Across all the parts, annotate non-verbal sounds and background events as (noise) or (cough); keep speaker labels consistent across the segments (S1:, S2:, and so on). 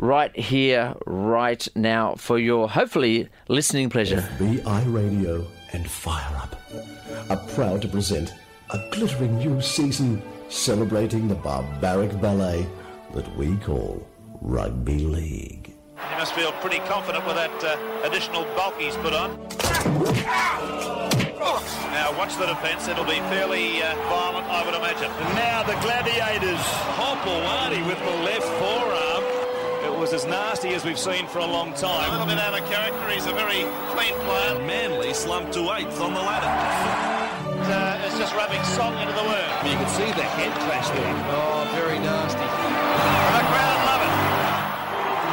S1: right here, right now, for your hopefully listening pleasure.
S2: FBI Radio and Fire Up are proud to present a glittering new season celebrating the barbaric ballet that we call Rugby League.
S3: He must feel pretty confident with that uh, additional bulk he's put on. Now watch the defence. It'll be fairly uh, violent, I would imagine. And now the gladiators. Hopawani with the left forearm. It was as nasty as we've seen for a long time. A little bit out of character. He's a very clean player. Manly slumped to eighth on the ladder. Uh, it's just rubbing salt into the wound. You can see the head clash there.
S4: Oh, very nasty.
S3: The crowd love it.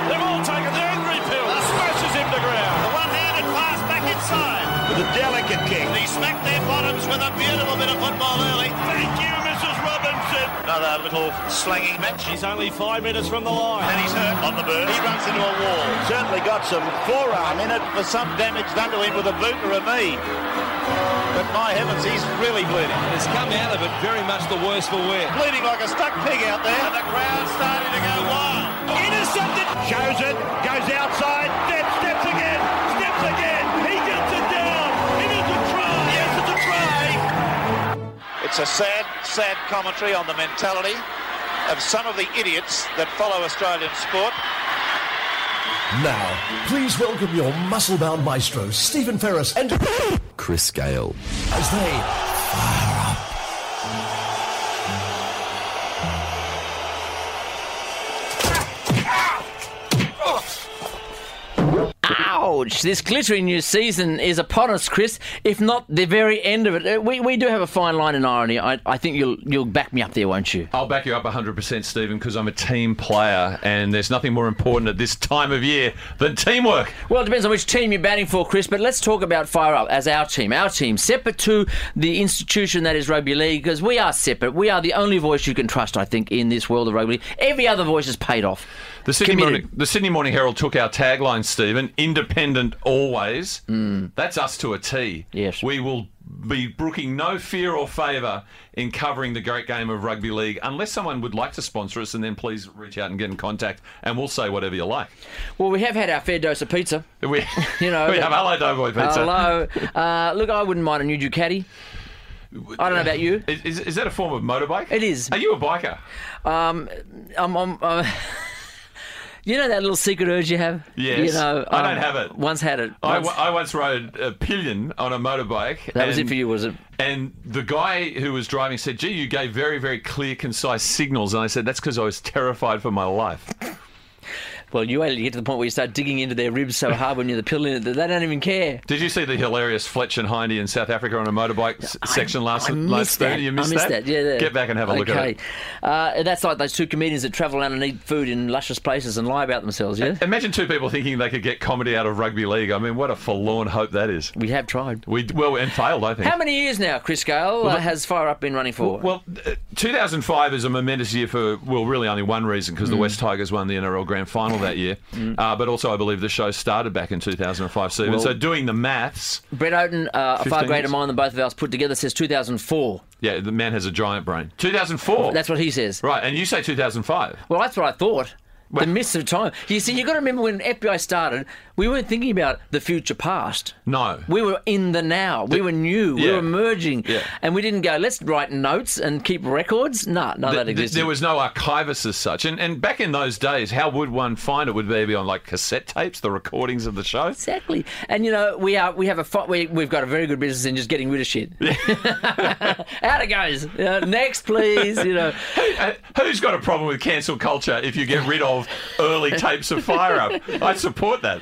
S3: They've all taken their angry pill. Smashes him to ground. The one-handed pass back inside. With a delicate kick. He smacked their bottoms with a beautiful bit of football early. Thank you, Mrs. Robinson. Another little slanging match. He's only five minutes from the line. And he's hurt on the bird. He runs into a wall. Certainly got some forearm in it for some damage done to him with a boot or a knee. But my heavens, he's really bleeding.
S4: It's come out of it very much the worse for wear.
S3: Bleeding like a stuck pig out there. And the crowd's starting to go wild. Intercepted. Shows it. Goes outside. Steps, steps again. Steps again. He gets it down. It is a try. Yes, it's a try. It's a sad, sad commentary on the mentality of some of the idiots that follow Australian sport.
S2: Now, please welcome your muscle-bound maestro, Stephen Ferris and
S5: Chris Gale.
S2: as they
S1: Ouch! This glittering new season is upon us, Chris. If not the very end of it, Uh, we, we do have a fine line in irony. I, I think you'll you'll back me up there, won't you?
S6: I'll back you up 100%, Stephen, because I'm a team player, and there's nothing more important at this time of year than teamwork.
S1: Well, it depends on which team you're batting for, Chris. But let's talk about Fire Up as our team. Our team, separate to the institution that is rugby league, because we are separate. We are the only voice you can trust, I think, in this world of rugby league. Every other voice is paid off.
S6: The Sydney,
S1: Committed.
S6: Morning, the Sydney Morning Herald took our tagline, Stephen, independent always. That's us to a T.
S1: Hmm. Yes.
S6: We will be brooking no fear or favour in covering the great game of rugby league unless someone would like to sponsor us and then please reach out and get in contact and we'll say whatever you like.
S1: Well, we have had our fair dose of pizza.
S6: We,
S1: (laughs) You know,
S6: we have hello Doughboy pizza.
S1: Hello. Uh, look, I wouldn't mind a new Ducati. I don't know about you.
S6: Is, is, is that a form of motorbike?
S1: It is.
S6: Are you a biker?
S1: Um, I'm, I'm, (laughs) uh, you know that little secret urge you have?
S6: Yes.
S1: You know, um,
S6: I don't have it.
S1: Once had it.
S6: I,
S1: Once-
S6: w- I once rode a pillion on a motorbike.
S1: that was
S6: and-
S1: it for you, was it?
S6: And the guy who was driving said, "Gee, you gave very, very clear, concise signals." And I said, "That's because I was terrified for my life."
S1: Well, you wait till you get to the point where you start digging into their ribs so hard when you're the pillion that they don't even care.
S6: Did you see the hilarious Fletch and Hindy in South Africa on a motorbike s- section last
S1: I missed
S6: last
S1: that.
S6: Thursday? You
S1: I
S6: missed,
S1: missed that. Yeah, yeah.
S6: Get back and have a look at
S1: okay.
S6: it.
S1: Uh, that's like those two comedians that travel around and eat food in luscious places and lie about themselves.
S6: (laughs)
S1: Yeah,
S6: Imagine two people thinking they could get comedy out of rugby league. I mean, what a forlorn hope that is.
S1: we have tried.
S6: We well and failed, I think.
S1: How many years now, Chris Gale, uh, has Fire Up been running for?
S6: Well, uh, 2005 is a momentous year for, well, really only one reason,
S1: Mm.
S6: because the West Tigers won the NRL Grand Final that year. Uh, but also, I believe the show started back in 2005, Stephen. so doing the maths,
S1: Brett Oden, uh, a
S6: 15
S1: far greater
S6: years.
S1: mind than both of us put together, says 2004.
S6: yeah, the man has a giant brain. 2004.
S1: That's what he says.
S6: Right, and you say 2005.
S1: Well, that's what I thought.
S6: Well-
S1: the mists of time. You see, you've got to remember when FBI started, we weren't thinking about the future past.
S6: No.
S1: We were in the now. we were new. We
S6: yeah.
S1: were merging.
S6: Yeah.
S1: And we didn't go, let's write notes and keep records. No, no, that
S6: Th- th-
S1: existed.
S6: there was no archivist as such. And, and back in those days, how would one find it? Would they be on like cassette tapes, the recordings of the show?
S1: Exactly, and you know we are we have a fi- we we've got a very good business in just getting rid of shit. (laughs) Out it goes. You know, next, please. You know,
S6: Uh, who's got a problem with cancel culture if you get rid of
S1: (laughs)
S6: early tapes of Fire Up? I support that.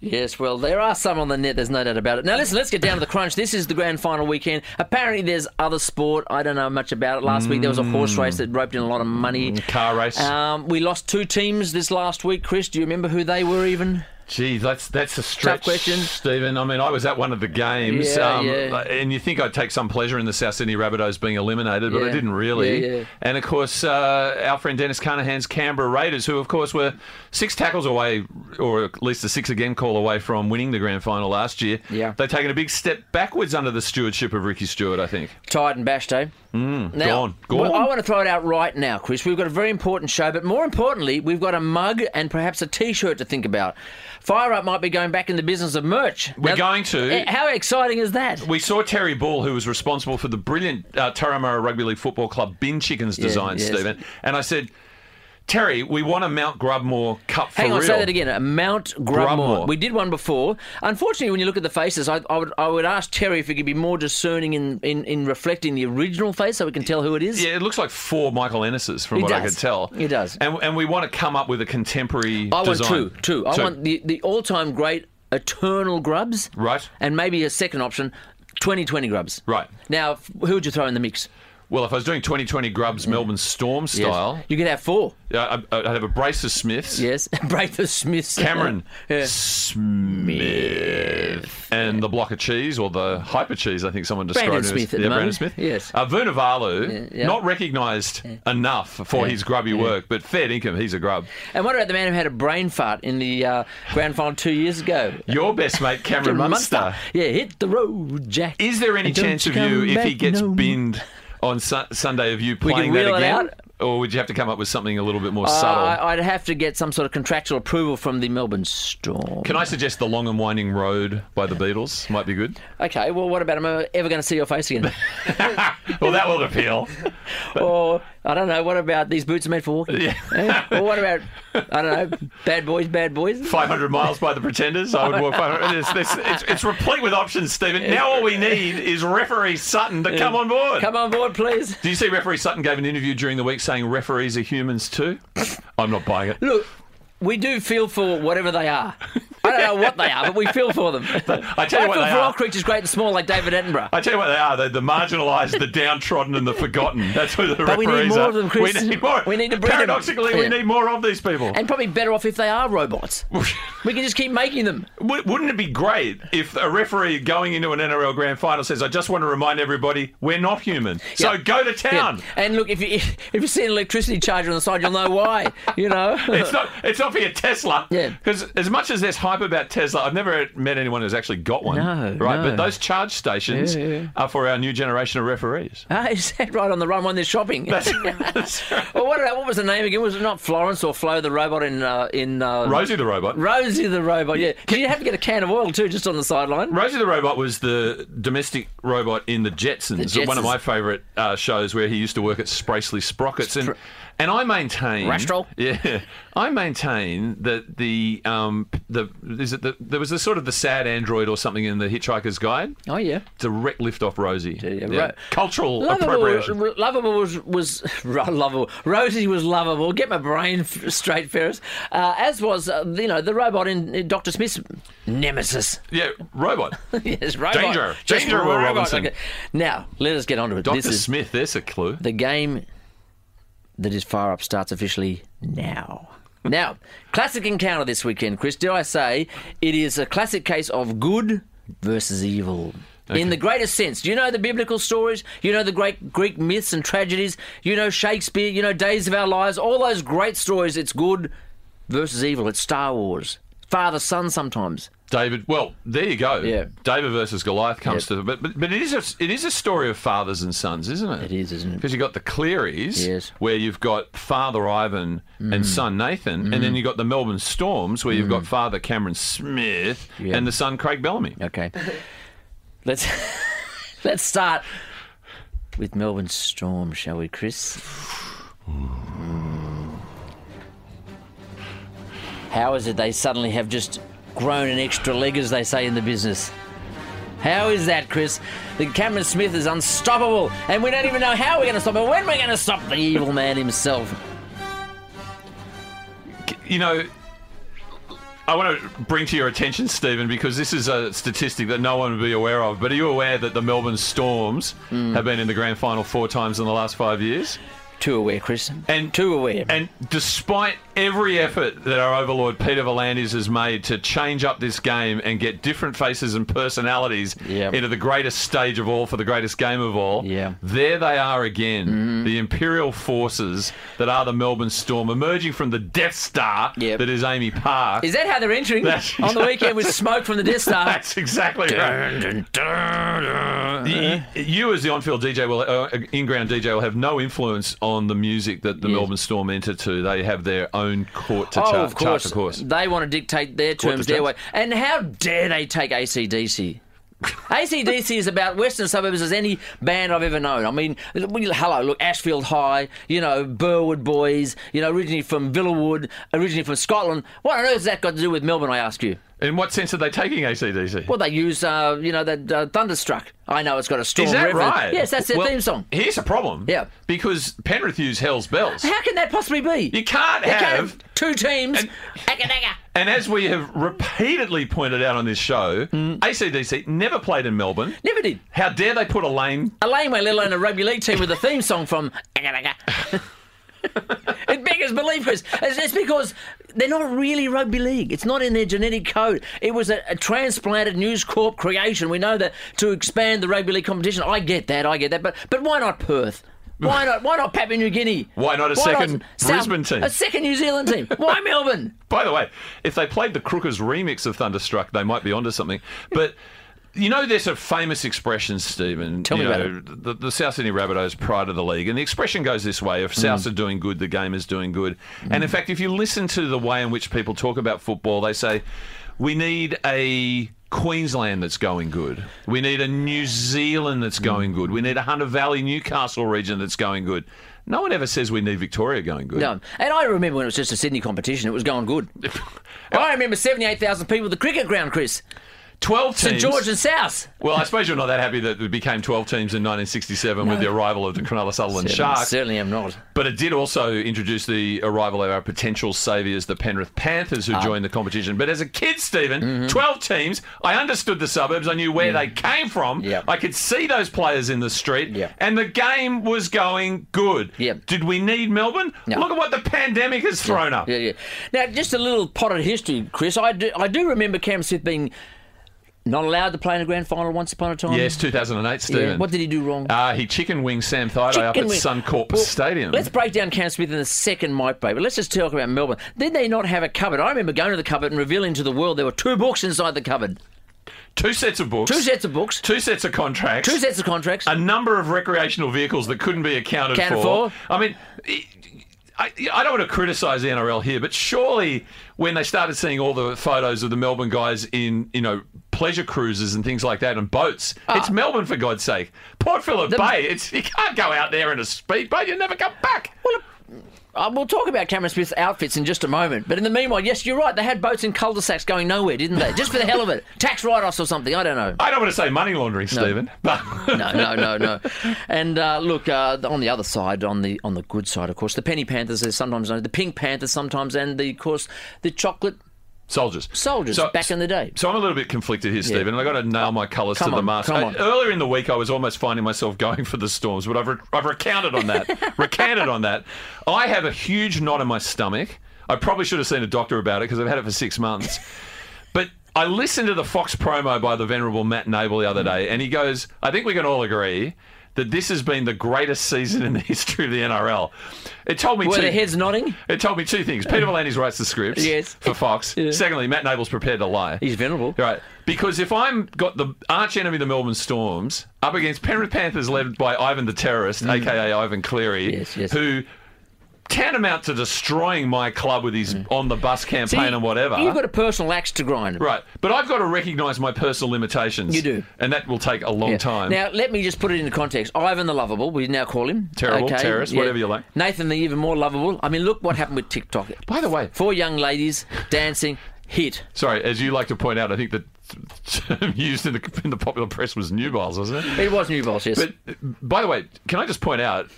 S1: Yes, well, there are some on the net. There's no doubt about it. Now, listen, let's get down to the crunch. This is the grand final weekend. Apparently, there's other sport. I don't know much about it. Last week, there was a horse race that roped in a lot of money.
S6: Car race.
S1: Um, we lost two teams this last week. Chris, do you remember who they were? Even
S6: Gee, that's that's a stretch,
S1: question.
S6: Stephen. I mean, I was at one of the games, um,
S1: Yeah, yeah.
S6: and you think I'd take some pleasure in the South Sydney Rabbitohs being eliminated, but
S1: Yeah.
S6: I didn't really.
S1: Yeah, yeah.
S6: And of course, uh, our friend Dennis Carnahan's Canberra Raiders, who of course were six tackles away, or at least a six again call away from winning the grand final last year.
S1: Yeah.
S6: they've taken a big step backwards under the stewardship of Ricky Stewart, I think.
S1: tied and bashed, eh? Now,
S6: Mm, Go on, go
S1: well,
S6: on.
S1: I want to throw it out right now, Chris. We've got a very important show, but more importantly, we've got a mug and perhaps a T-shirt to think about. Fire Up might be going back in the business of merch.
S6: We're going to.
S1: eh, How exciting is that?
S6: We saw Terry Ball, who was responsible for the brilliant uh, Taramara Rugby League Football Club bin chickens design,
S1: yes.
S6: Stephen. And I said, Terry, we want a Mount Grubmore Cup for
S1: Hang on,
S6: real.
S1: say that again. Uh, Mount Grubmore.
S6: Grubmore.
S1: We did one before. Unfortunately, when you look at the faces, I, I would I would ask Terry if he could be more discerning in, in, in reflecting the original face so we can tell who it is.
S6: Yeah, it looks like four Michael Ennises from
S1: It
S6: what I
S1: does.
S6: could tell.
S1: It does.
S6: And, and we want to come up with a contemporary
S1: I want
S6: design.
S1: two, two. I want the, the all time great eternal grubs.
S6: Right.
S1: And maybe a second option, 2020 grubs.
S6: Right.
S1: Now, f- who would you throw in the mix?
S6: Well, if I was doing 2020 Grubs Melbourne Storm
S1: Mm. Yes.
S6: style,
S1: You could have four.
S6: uh, I- I'd have a brace of Smiths.
S1: Yes. (laughs) Breakfast Smiths.
S6: Cameron
S1: (laughs) Yeah.
S6: Smith and the block of cheese or the hyper cheese, I think someone described
S1: Brandon
S6: it. as-
S1: Smith at the
S6: yeah, Brandon
S1: moment.
S6: Smith.
S1: Yes.
S6: uh, Vernavalu,
S1: Yeah, yeah.
S6: not recognised enough for
S1: Yeah,
S6: his grubby work, but fair income, he's a grub.
S1: And what about the man who had a brain fart in the uh, grand final two years ago?
S6: Your
S1: (laughs)
S6: best mate, Cameron Munster.
S1: Yeah, hit the road, Jack.
S6: Is there any
S1: And don't
S6: chance of
S1: come
S6: you, if he
S1: back
S6: gets
S1: no more.
S6: binned on su- Sunday, of you
S1: We can
S6: playing
S1: wheel
S6: that
S1: it
S6: again?
S1: out.
S6: Or would you have to come up with something a little bit more
S1: Uh,
S6: subtle?
S1: I- I'd have to get some sort of contractual approval from the Melbourne Storm.
S6: Can I suggest The Long and Winding Road by the Beatles? Might be good.
S1: Okay, well, what about am I ever going to see your face again?
S6: (laughs) Well, that will appeal. (laughs)
S1: or I don't know. What about these boots are made for walking?
S6: Yeah.
S1: Eh? or what about I don't know, bad boys, bad boys.
S6: 500 miles by the Pretenders. I would walk 500. It's, it's, it's, it's replete with options, Stephen. Now all we need is referee Sutton to come on board.
S1: Come on board, please.
S6: Do you see referee Sutton gave an interview during the week saying referees are humans too? I'm not buying it.
S1: Look, we do feel for whatever they are. I don't know what they are, but we feel for
S6: (laughs)
S1: them. I tell
S6: I tell you what
S1: feel
S6: they
S1: for all
S6: are.
S1: creatures great and small, like David Attenborough.
S6: I tell you what they are. They're the marginalised, the downtrodden, and the forgotten. That's who the
S1: But we
S6: referees
S1: need more
S6: are.
S1: of them, Chris.
S6: We need more.
S1: We need to breed 'em.
S6: Paradoxically, we
S1: Yeah.
S6: need more of these people. (laughs)
S1: and probably better off if they are robots. we can just keep making them.
S6: Wou- Wouldn't it be great if a referee going into an NRL grand final says, I just want to remind everybody, we're not human. So
S1: Yeah.
S6: go to town.
S1: Yeah. And look, if you (laughs) if you see an electricity charger on the side, you'll know why. You know.
S6: (laughs) it's
S1: (laughs)
S6: not it's not for your Tesla.
S1: Yeah.
S6: Because as much as there's hype about Tesla, I've never met anyone who's actually got one.
S1: No,
S6: Right.
S1: no.
S6: But those charge stations
S1: Yeah, yeah.
S6: are for our new generation
S1: (laughs)
S6: of referees.
S1: Ah, is that right on the run when they're shopping? (laughs)
S6: That's right.
S1: Well, what, what was the name again? Was it not Florence or Flo the robot in uh, in uh,
S6: Rosie the robot.
S1: Rosie the robot? Yeah. Did you have to get a can of oil too, just on the sideline?
S6: Rosie the robot was the domestic robot in the Jetsons,
S1: The
S6: one of
S1: Jetsons.
S6: my favourite uh, shows where he used to work at Spracely Sprockets, and and I maintain
S1: Rastrol?
S6: Yeah, (laughs) I maintain that the um the is it the, there was a sort of the sad android or something in the Hitchhiker's Guide.
S1: Oh yeah.
S6: Direct lift off Rosie.
S1: yeah, right.
S6: Cultural
S1: Lovable, was,
S6: appropriation.
S1: r- lovable was, was (laughs) ro- lovable. Rosie was lovable. Get my brain f- straight, Ferris. Uh, as was uh, you know the robot in, in Doctor Smith's Nemesis.
S6: Yeah,
S1: (laughs)
S6: robot.
S1: yes, robot. (laughs)
S6: Danger.
S1: Just
S6: Danger, Will
S1: robot.
S6: Robinson.
S1: Okay. Now let us get on to it.
S6: Dr.
S1: This is
S6: Smith, there's a clue.
S1: the game that is fire up starts officially now. Now, classic encounter this weekend, Chris. Did I say it is a classic case of good versus evil? In the greatest sense, you know the biblical stories, you know the great Greek myths and tragedies, you know Shakespeare, you know Days of Our Lives, all those great stories. It's good versus evil. It's Star Wars, father son sometimes.
S6: David, well, there you go.
S1: Yeah.
S6: David versus Goliath comes
S1: Yep.
S6: to the but, but but it is a it is a story of fathers and sons, isn't it?
S1: It is, isn't it?
S6: Because you've got the Clearys,
S1: Yes. Mm.
S6: where you've got father Ivan and son Nathan, and then you've got the Melbourne Storms, where you've got father Cameron Smith
S1: Yeah.
S6: and the son Craig Bellamy. (laughs)
S1: Okay, let's (laughs) let's start with Melbourne Storm, shall we, Chris? Hmm. How is it they suddenly have just grown an extra leg, as they say in the business? How is that, Chris? The Cameron Smith is unstoppable, and we don't even know how we're going to stop him, when we're going to stop the evil man himself.
S6: You know, I want to bring to your attention, Stephen, because this is a statistic that no one would be aware of. But are you aware that the Melbourne Storms have been in the grand final four times in the last five years?
S1: Too aware, Chris.
S6: And
S1: too aware.
S6: And despite every effort that our overlord Peter Volandis has made to change up this game and get different faces and personalities
S1: Yeah.
S6: into the greatest stage of all for the greatest game of all.
S1: Yeah.
S6: There they are again, the Imperial forces that are the Melbourne Storm, emerging from the Death Star
S1: Yep.
S6: that is Amy Park.
S1: Is that how they're entering
S6: That's-
S1: on the weekend with smoke from the Death Star?
S6: That's exactly right. You, you as the on-field DJ will, uh, in-ground DJ will have no influence on the music that the
S1: Yes.
S6: Melbourne Storm enter to. They have their own court to
S1: oh,
S6: chart,
S1: of course.
S6: chart to course.
S1: They want to dictate their
S6: Court to
S1: terms their way.
S6: charts.
S1: And how dare they take
S6: (laughs)
S1: ACDC? ACDC is about Western suburbs as any band I've ever known. I mean, we- hello, look, Ashfield High, you know, Burwood Boys, you know, originally from Villawood, originally from Scotland. What on earth has that got to do with Melbourne, I ask you?
S6: In what sense are they taking ACDC?
S1: Well, they use, uh, you know, that uh, Thunderstruck. I know it's got a storm
S6: Is that
S1: reference.
S6: right?
S1: Yes, that's their
S6: Well,
S1: theme song.
S6: Here's a problem.
S1: Yeah.
S6: Because Penrith use Hell's Bells.
S1: How can that possibly be?
S6: You can't
S1: They can't
S6: have.
S1: two teams.
S6: And-
S1: Acadaga.
S6: And as we have repeatedly pointed out on this show,
S1: Mm.
S6: ACDC never played in Melbourne.
S1: Never did.
S6: How dare they put a lane
S1: A laneway, let alone a rugby league team with a theme song from (laughs) Acadaga. It beggars belief, Chris. It's, it's because they're not really rugby league. It's not in their genetic code. It was a, a transplanted News Corp creation. We know that to expand the rugby league competition. I get that. I get that. But but why not Perth? Why not? Why not Papua New Guinea?
S6: Why not a second Brisbane team?
S1: A second New Zealand team. Why Melbourne?
S6: By the way, if they played the Crookers remix of Thunderstruck, they might be onto something. But you know, there's a famous expression, Stephen.
S1: Tell
S6: you
S1: me about
S6: know, The, the South Sydney Rabbitohs prior to the league, and the expression goes this way: if
S1: Mm.
S6: Souths are doing good, the game is doing good. And in fact, if you listen to the way in which people talk about football, they say we need a Queensland that's going good. We need a New Zealand that's
S1: Mm.
S6: going good. We need a Hunter Valley, Newcastle region that's going good. No one ever says we need Victoria going good.
S1: No. And I remember when it was just a Sydney competition. It was going
S6: (laughs)
S1: good. I remember seventy-eight thousand people at the cricket ground, Chris.
S6: Twelve
S1: St
S6: teams.
S1: George and South.
S6: Well, I suppose you're not that happy that it became 12 teams in 1967 with the arrival of the Cronulla Sutherland Sharks.
S1: Certainly am not.
S6: But it did also introduce the arrival of our potential saviours, the Penrith Panthers,
S1: Ah.
S6: who joined the competition. But as a kid, Stephen,
S1: Mm-hmm.
S6: 12 teams, I understood the suburbs. I knew where they came from.
S1: Yeah.
S6: I could see those players in the street.
S1: Yeah.
S6: And the game was going good.
S1: Yeah.
S6: Did we need Melbourne?
S1: No.
S6: Look at what the pandemic has thrown up.
S1: Yeah, yeah. Now, just a little potted history, Chris. I do, I do remember Cam Smith being not allowed to play in a grand final once upon a time.
S6: Yes, 2008, Stephen.
S1: Yeah. What did he do wrong?
S6: Uh, he chicken winged Sam Thaiday up
S1: Chicken
S6: at
S1: wing.
S6: Suncorp
S1: Well,
S6: Stadium.
S1: Let's break down Cam Smith in the second mic break, but let's just talk about Melbourne. Did they not have a cupboard? I remember going to the cupboard and revealing to the world there were two books inside the cupboard.
S6: Two sets of books.
S1: Two sets of books,
S6: two sets of contracts,
S1: two sets of contracts.
S6: a number of recreational vehicles that couldn't be accounted
S1: Accounted
S6: for.
S1: for.
S6: I mean. I- I, I don't want to criticise the NRL here, but surely when they started seeing all the photos of the Melbourne guys in, you know, pleasure cruises and things like that and boats,
S1: Ah.
S6: it's Melbourne for God's sake. Port Phillip Bay, it's you can't go out there in a speedboat, you never come back.
S1: Uh, we'll talk about Cameron Smith's outfits in just a moment. But in the meanwhile, yes, you're right. They had boats in cul-de-sacs going nowhere, didn't they? Just for the hell of
S6: (laughs)
S1: it. Tax write-offs or something. I don't know.
S6: I don't want to say money laundering, Stephen, but (laughs)
S1: No, no, no, no. And uh, look, uh, on the other side, on the on the good side, of course, the Penny Panthers is sometimes known, the Pink Panthers sometimes, and the, of course, the Chocolate
S6: Soldiers.
S1: Soldiers back in the day.
S6: So I'm a little bit conflicted here, Stephen, and I've got to nail my colours to
S1: Come
S6: the
S1: on,
S6: mast.
S1: come
S6: Uh,
S1: on.
S6: Earlier in the week, I was almost finding myself going for the storms, but I've, re- I've recounted
S1: (laughs)
S6: on that. recanted on that. I have a huge knot in my stomach. I probably should have seen a doctor about it because I've had it for
S1: (laughs)
S6: six months. But I listened to the Fox promo by the venerable Matt Nable the
S1: Mm-hmm.
S6: other day, and he goes, I think we can all agree that this has been the greatest season in the (laughs) history of the NRL. It told me
S1: Were
S6: two-
S1: their heads nodding?
S6: it told me two things. Peter Volandis writes the scripts
S1: Yes.
S6: for Fox. Secondly, Matt Nable's prepared to lie.
S1: He's venerable.
S6: Right. Because if I'm got the arch enemy, the Melbourne Storms, up against Penrith Panthers led by Ivan the Terrorist, aka Ivan Cleary,
S1: Mm. Yes, yes.
S6: who tantamount to destroying my club with his on the bus campaign and whatever.
S1: Mm. You've got a personal axe to grind.
S6: Right, but I've got to recognise my personal limitations.
S1: You do.
S6: and that will take a long
S1: Yeah.
S6: time.
S1: Now, let me just put it into context. Ivan the Lovable, we now call him.
S6: Terrible, terrorist, whatever you like.
S1: Nathan the Even More Lovable. I mean, look what happened with
S6: (laughs)
S1: TikTok.
S6: By the way-
S1: Four young ladies dancing, hit.
S6: Sorry, as you like to point out, I think the (laughs) term used in the, in the popular press was nubiles, wasn't it?
S1: It was new boss, yes.
S6: But uh, by the way, can I just point out?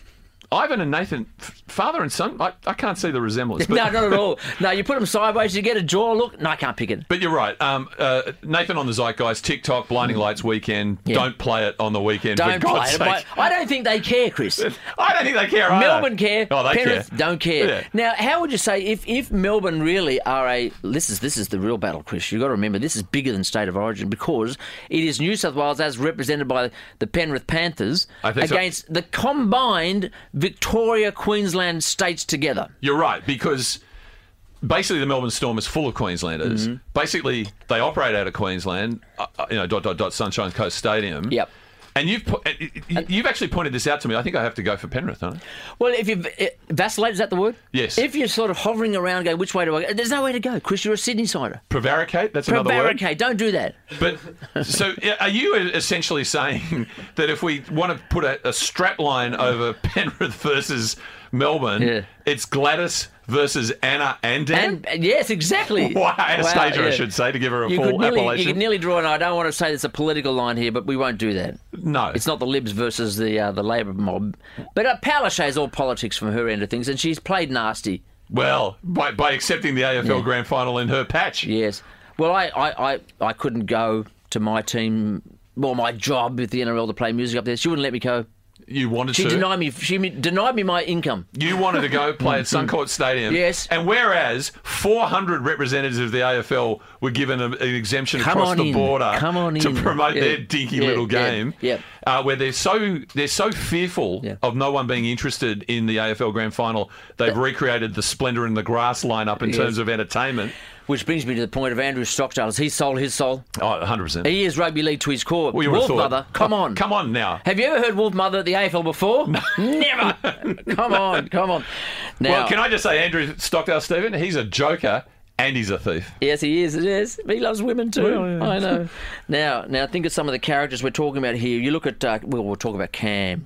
S6: Ivan and Nathan, f- father and son, I, I can't see the
S1: (laughs)
S6: resemblance.
S1: no, not at all. No, you put them sideways, you get a jaw look. No, I can't pick it.
S6: But you're right. Um, uh, Nathan on the Zeitgeist, TikTok, Blinding Lights weekend.
S1: Mm. Yeah.
S6: Don't play it on the weekend.
S1: Don't
S6: for
S1: play
S6: God's
S1: it.
S6: sake.
S1: But I don't think they care, Chris.
S6: I don't think they care. either.
S1: Melbourne care.
S6: Oh, they
S1: Penrith
S6: care.
S1: don't care.
S6: Yeah.
S1: Now, how would you say if, if Melbourne really are a this is this is the real battle, Chris? You've got to remember this is bigger than state of origin because it is New South Wales as represented by the Penrith Panthers
S6: I think so.
S1: against the combined Victoria Queensland states together.
S6: You're right because basically the Melbourne Storm is full of Queenslanders.
S1: Mm-hmm.
S6: Basically, they operate out of Queensland. Uh, uh, you know, dot dot dot Sunshine Coast Stadium.
S1: Yep.
S6: And you've po- uh, y- y- you've actually pointed this out to me. I think I have to go for Penrith, don't I?
S1: Well, if you it, vacillate, is that the word?
S6: Yes.
S1: If you're sort of hovering around, going which way do I go? There's no way to go, Chris. You're a Sydney sider.
S6: Prevaricate. That's another word.
S1: Prevaricate. Don't do that.
S6: But so, yeah, are you essentially saying that if we want to put a, a strap line over Penrith versus Melbourne,
S1: Yeah.
S6: it's Gladys versus Anna and Dan?
S1: And yes, exactly.
S6: (laughs) Wow, a stager, I
S1: yeah.
S6: should say, to give her a
S1: You
S6: full
S1: could, nearly, you
S6: appellation.
S1: could nearly draw, and I don't want to say there's a political line here, but we won't do that.
S6: no,
S1: It's not the Libs versus the uh, the Labor mob, but uh, Palaszczuk's all politics from her end of things, and she's played nasty.
S6: Well, by, by accepting the AFL Grand Final in her patch,
S1: Yes. Well, I, I, I, I couldn't go to my team or my job with the NRL to play music up there. She wouldn't let me go.
S6: you wanted
S1: She
S6: to.
S1: denied me. She me- denied me my income.
S6: you wanted
S1: (laughs)
S6: to go play at Suncourt Stadium.
S1: Yes.
S6: And whereas 400 representatives of the AFL were given a, an exemption
S1: Come
S6: across
S1: on
S6: the
S1: in.
S6: border
S1: Come on
S6: to
S1: in.
S6: promote
S1: Yeah.
S6: their dinky
S1: Yeah,
S6: little
S1: yeah,
S6: game,
S1: yeah.
S6: Uh, where they're so they're so fearful
S1: Yeah.
S6: of no one being interested in the AFL Grand Final, they've recreated the Splendor in the Grass lineup in terms of entertainment.
S1: Which brings me to the point of Andrew Stockdale. Has he sold his soul?
S6: Oh, 100%.
S1: He is rugby league to his core.
S6: Well, you
S1: Wolf
S6: would've thought-
S1: mother, come
S6: Oh,
S1: on.
S6: Come on now.
S1: Have you ever heard Wolf Mother at the AFL before? (laughs) Never. come on, come on. Now,
S6: Well, can I just say, Andrew Stockdale Stephen, he's a joker and he's a thief.
S1: yes, he is. Yes, he loves women too. I know. now, now, think of some of the characters we're talking about here. You look at. Uh, well, we'll talk about Cam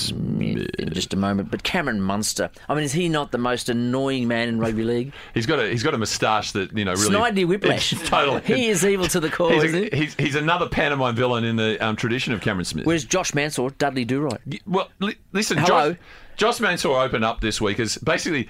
S1: Smith in just a moment, but Cameron Munster. I mean, is he not the most annoying man in rugby league?
S6: He's got a he's got a moustache that you know really
S1: Snidely whiplash.
S6: It's (laughs) totally.
S1: He is evil to the core,
S6: He's,
S1: isn't he?
S6: a, he's, he's another pantomime villain in the um, tradition of Cameron Smith.
S1: Where's Josh Mansor, Dudley Do Right?
S6: well, li- listen,
S1: Hello?
S6: Josh, Josh Mansour opened up this week as basically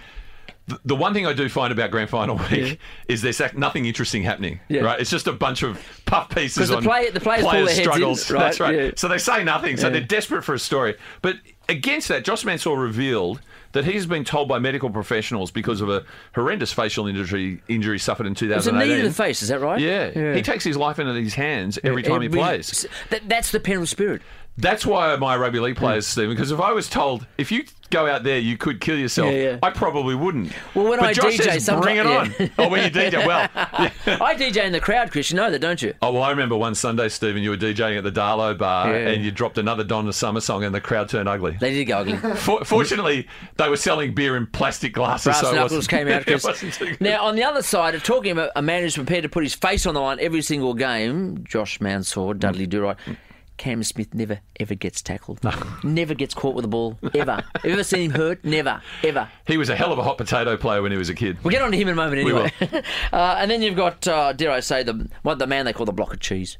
S6: th- the one thing I do find about Grand Final week is there's ac- nothing interesting happening,
S1: Yeah.
S6: right? It's just a bunch of puff pieces
S1: 'Cause the
S6: on
S1: play- the players pull their heads in,
S6: struggles.
S1: right?
S6: That's right.
S1: Yeah.
S6: So they say nothing. So they're desperate for a story. But against that, Josh Mansour revealed that he's been told by medical professionals because of a horrendous facial injury injury suffered in
S1: It's a knee
S6: 2018.
S1: to the face, is that right?
S6: Yeah. he takes his life into his hands every time he
S1: Every-
S6: plays.
S1: That, that's the Penrith spirit.
S6: That's why my rugby
S1: Hmm.
S6: league players, Stephen, because if I was told if you go out there you could kill yourself,
S1: Yeah, yeah.
S6: I probably wouldn't.
S1: Well, when
S6: but
S1: I
S6: Josh
S1: DJ
S6: says,
S1: someti-
S6: bring it
S1: yeah.
S6: on. oh, when you DJ,
S1: (laughs)
S6: well, yeah.
S1: I DJ in the crowd, Chris. You know that, don't you?
S6: oh, well, I remember one Sunday, Stephen, you were DJing at the Darlow bar
S1: Yeah.
S6: and you dropped another Donna Summer song and the crowd turned ugly.
S1: They did go
S6: (laughs)
S1: ugly.
S6: For- fortunately, they were selling beer in plastic glasses,
S1: Brass
S6: so it
S1: knuckles
S6: wasn't-
S1: came out,
S6: (laughs) it
S1: Chris.
S6: wasn't too good.
S1: Now, on the other side of talking about a man who's prepared to put his face on the line every single game, Josh Mansour,
S6: Mm.
S1: Dudley Do Right, Cam Smith never ever gets tackled. Never gets caught with the ball. Ever. Have you ever seen him hurt? Never. Ever.
S6: he was a hell of a hot potato player when he was a kid.
S1: We'll get on to him in a moment
S6: We
S1: anyway. (laughs) uh, and then you've got, uh, dare I say, the what the man they call the block of cheese.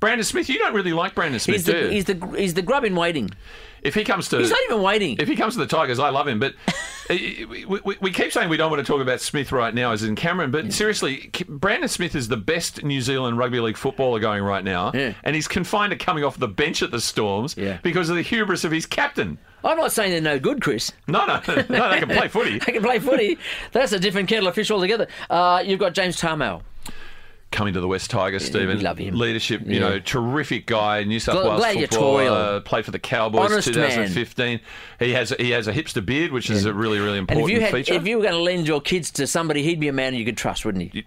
S6: Brandon Smith, you don't really like Brandon Smith,
S1: He's
S6: do you?
S1: the, he's, the, he's the grub in waiting.
S6: if he comes to
S1: He's not even waiting.
S6: If he comes to the Tigers, I love him.
S1: (laughs)
S6: But we, we, we keep saying we don't want to talk about Smith right now, as in Cameron. But seriously, K- Brandon Smith is the best New Zealand rugby league footballer going right now,
S1: Yeah.
S6: and he's confined to coming off the bench at the Storms
S1: Yeah.
S6: because of the hubris of his captain.
S1: I'm not saying they're no good, Chris.
S6: No, no, (laughs) no, they can
S1: (laughs)
S6: play footy.
S1: They can play footy. That's a different kettle of fish altogether. Uh, you've got James Tarmel.
S6: Coming to the West Tigers, Stephen.
S1: love him.
S6: Leadership, you
S1: Yeah.
S6: know, terrific guy. New South
S1: Gla-
S6: Wales
S1: gladiatorial.
S6: footballer. Played for the Cowboys
S1: Honest man.
S6: 2015. He has he has a hipster beard, which is a really really
S1: And
S6: important
S1: if you had,
S6: feature.
S1: if you were going to lend your kids to somebody, he'd be a man you could trust, wouldn't he?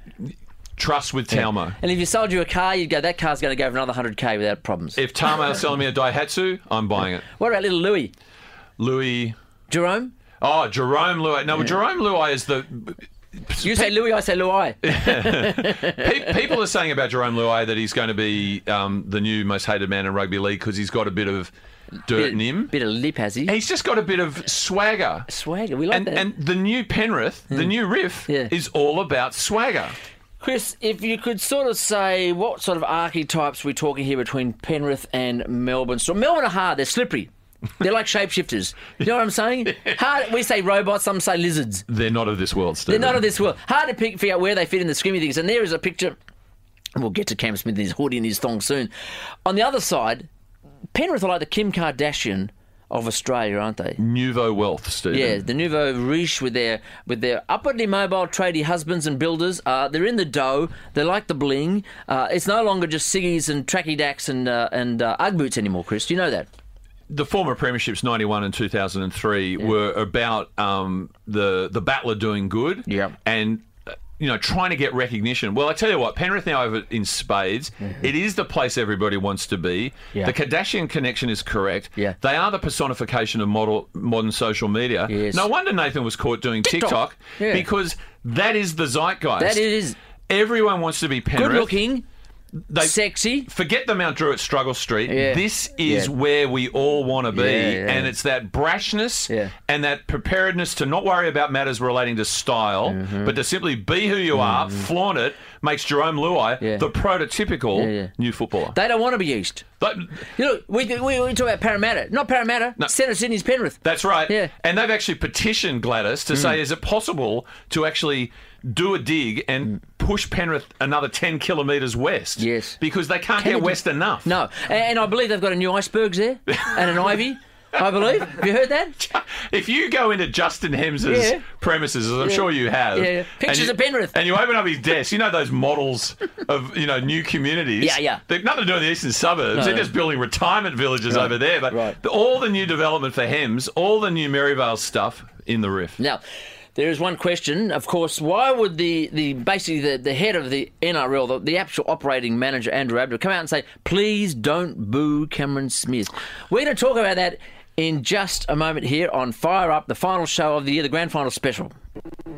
S6: Trust with Taumo.
S1: And if you sold you a car, you'd go, that car's going to go for another 100k without problems.
S6: If Tama selling me a Daihatsu, I'm buying it.
S1: what about little Louis?
S6: Louis.
S1: Jerome?
S6: Oh, Jerome Louis. No, Jerome Louis is the.
S1: You say Louis, I say Louis.
S6: Pe- people are saying about Jerome Louis that he's going to be um, the new most hated man in rugby league because he's got a bit of dirt in him.
S1: Bit of lip, has he?
S6: He's just got a bit of swagger.
S1: Swagger, we like
S6: And,
S1: that.
S6: and the new Penrith, the new riff,
S1: Yeah.
S6: is all about swagger.
S1: Chris, if you could sort of say what sort of archetypes we're talking here between Penrith and Melbourne. So Melbourne are hard, they're slippery. They're like shapeshifters. You know what I'm saying?
S6: (laughs)
S1: Hard, we say robots, some say lizards.
S6: They're not of this world, Steve.
S1: They're not of this world. Hard to pick, figure out where they fit in the scheme of things. And there is a picture. and We'll get to Cam Smith in his hoodie and his thong soon. On the other side, Penrith are like the Kim Kardashian of Australia, aren't they?
S6: Nouveau wealth, Steve.
S1: Yeah, the nouveau riche with their with their upwardly mobile tradie husbands and builders. Uh, they're in the dough. They like the bling. Uh, it's no longer just ciggies and tracky dacks and uh, and uh, UGG boots anymore, Chris. Do you know that?
S6: the former premierships, ninety one and two thousand and three, were about um, the the battler doing good,
S1: Yeah.
S6: and uh, you know trying to get recognition. Well, I tell you what, Penrith now over in spades. It is the place everybody wants to be.
S1: Mm-hmm. Yeah.
S6: The Kardashian connection is correct.
S1: Yeah.
S6: they are the personification of model modern social media.
S1: Yes.
S6: No wonder Nathan was caught doing TikTok,
S1: Yeah.
S6: because that is the zeitgeist.
S1: That is
S6: Everyone wants to be Penrith.
S1: good looking,
S6: They-
S1: sexy.
S6: Forget the Mount Druitt struggle street.
S1: Yeah.
S6: This is
S1: Yeah.
S6: where we all want to be,
S1: Yeah, yeah.
S6: and it's that brashness
S1: Yeah.
S6: and that preparedness to not worry about matters relating to style,
S1: Mm-hmm.
S6: but to simply be who you are, flaunt it. Makes Jerome Luai
S1: Yeah.
S6: the prototypical
S1: yeah.
S6: new footballer.
S1: They don't want to be East.
S6: But-
S1: You know, we, we, we talk about Parramatta, not Parramatta. Central Sydney's Penrith.
S6: that's right.
S1: Yeah. Mm.
S6: And they've actually petitioned Gladys to say, is it possible to actually do a dig and push Penrith another 10 kilometres west?
S1: Mm. Yes.
S6: Because they can't
S1: you
S6: get
S1: do-
S6: west enough.
S1: No, and, and I believe they've got a new icebergs there and an ivy. I believe. Have you heard that?
S6: (laughs) If you go into Justin Hems's
S1: Yeah.
S6: premises, as I'm sure you have,
S1: Yeah, yeah.
S6: and
S1: Pictures
S6: you-
S1: of Penrith.
S6: and you open up his desk, you know those models of you know new communities.
S1: Yeah, yeah.
S6: They've nothing to do with the eastern suburbs. They're just building retirement villages over there. But
S1: right.
S6: the- all the new development for Hems, all the new Maryvale stuff in the riff.
S1: Now, there is one question, of course. Why would the, the basically the, the head of the NRL, the, the actual operating manager Andrew Abdul, come out and say, "Please don't boo Cameron Smith"? We're going to talk about that in just a moment here on Fire Up, the final show of the year, the grand final special.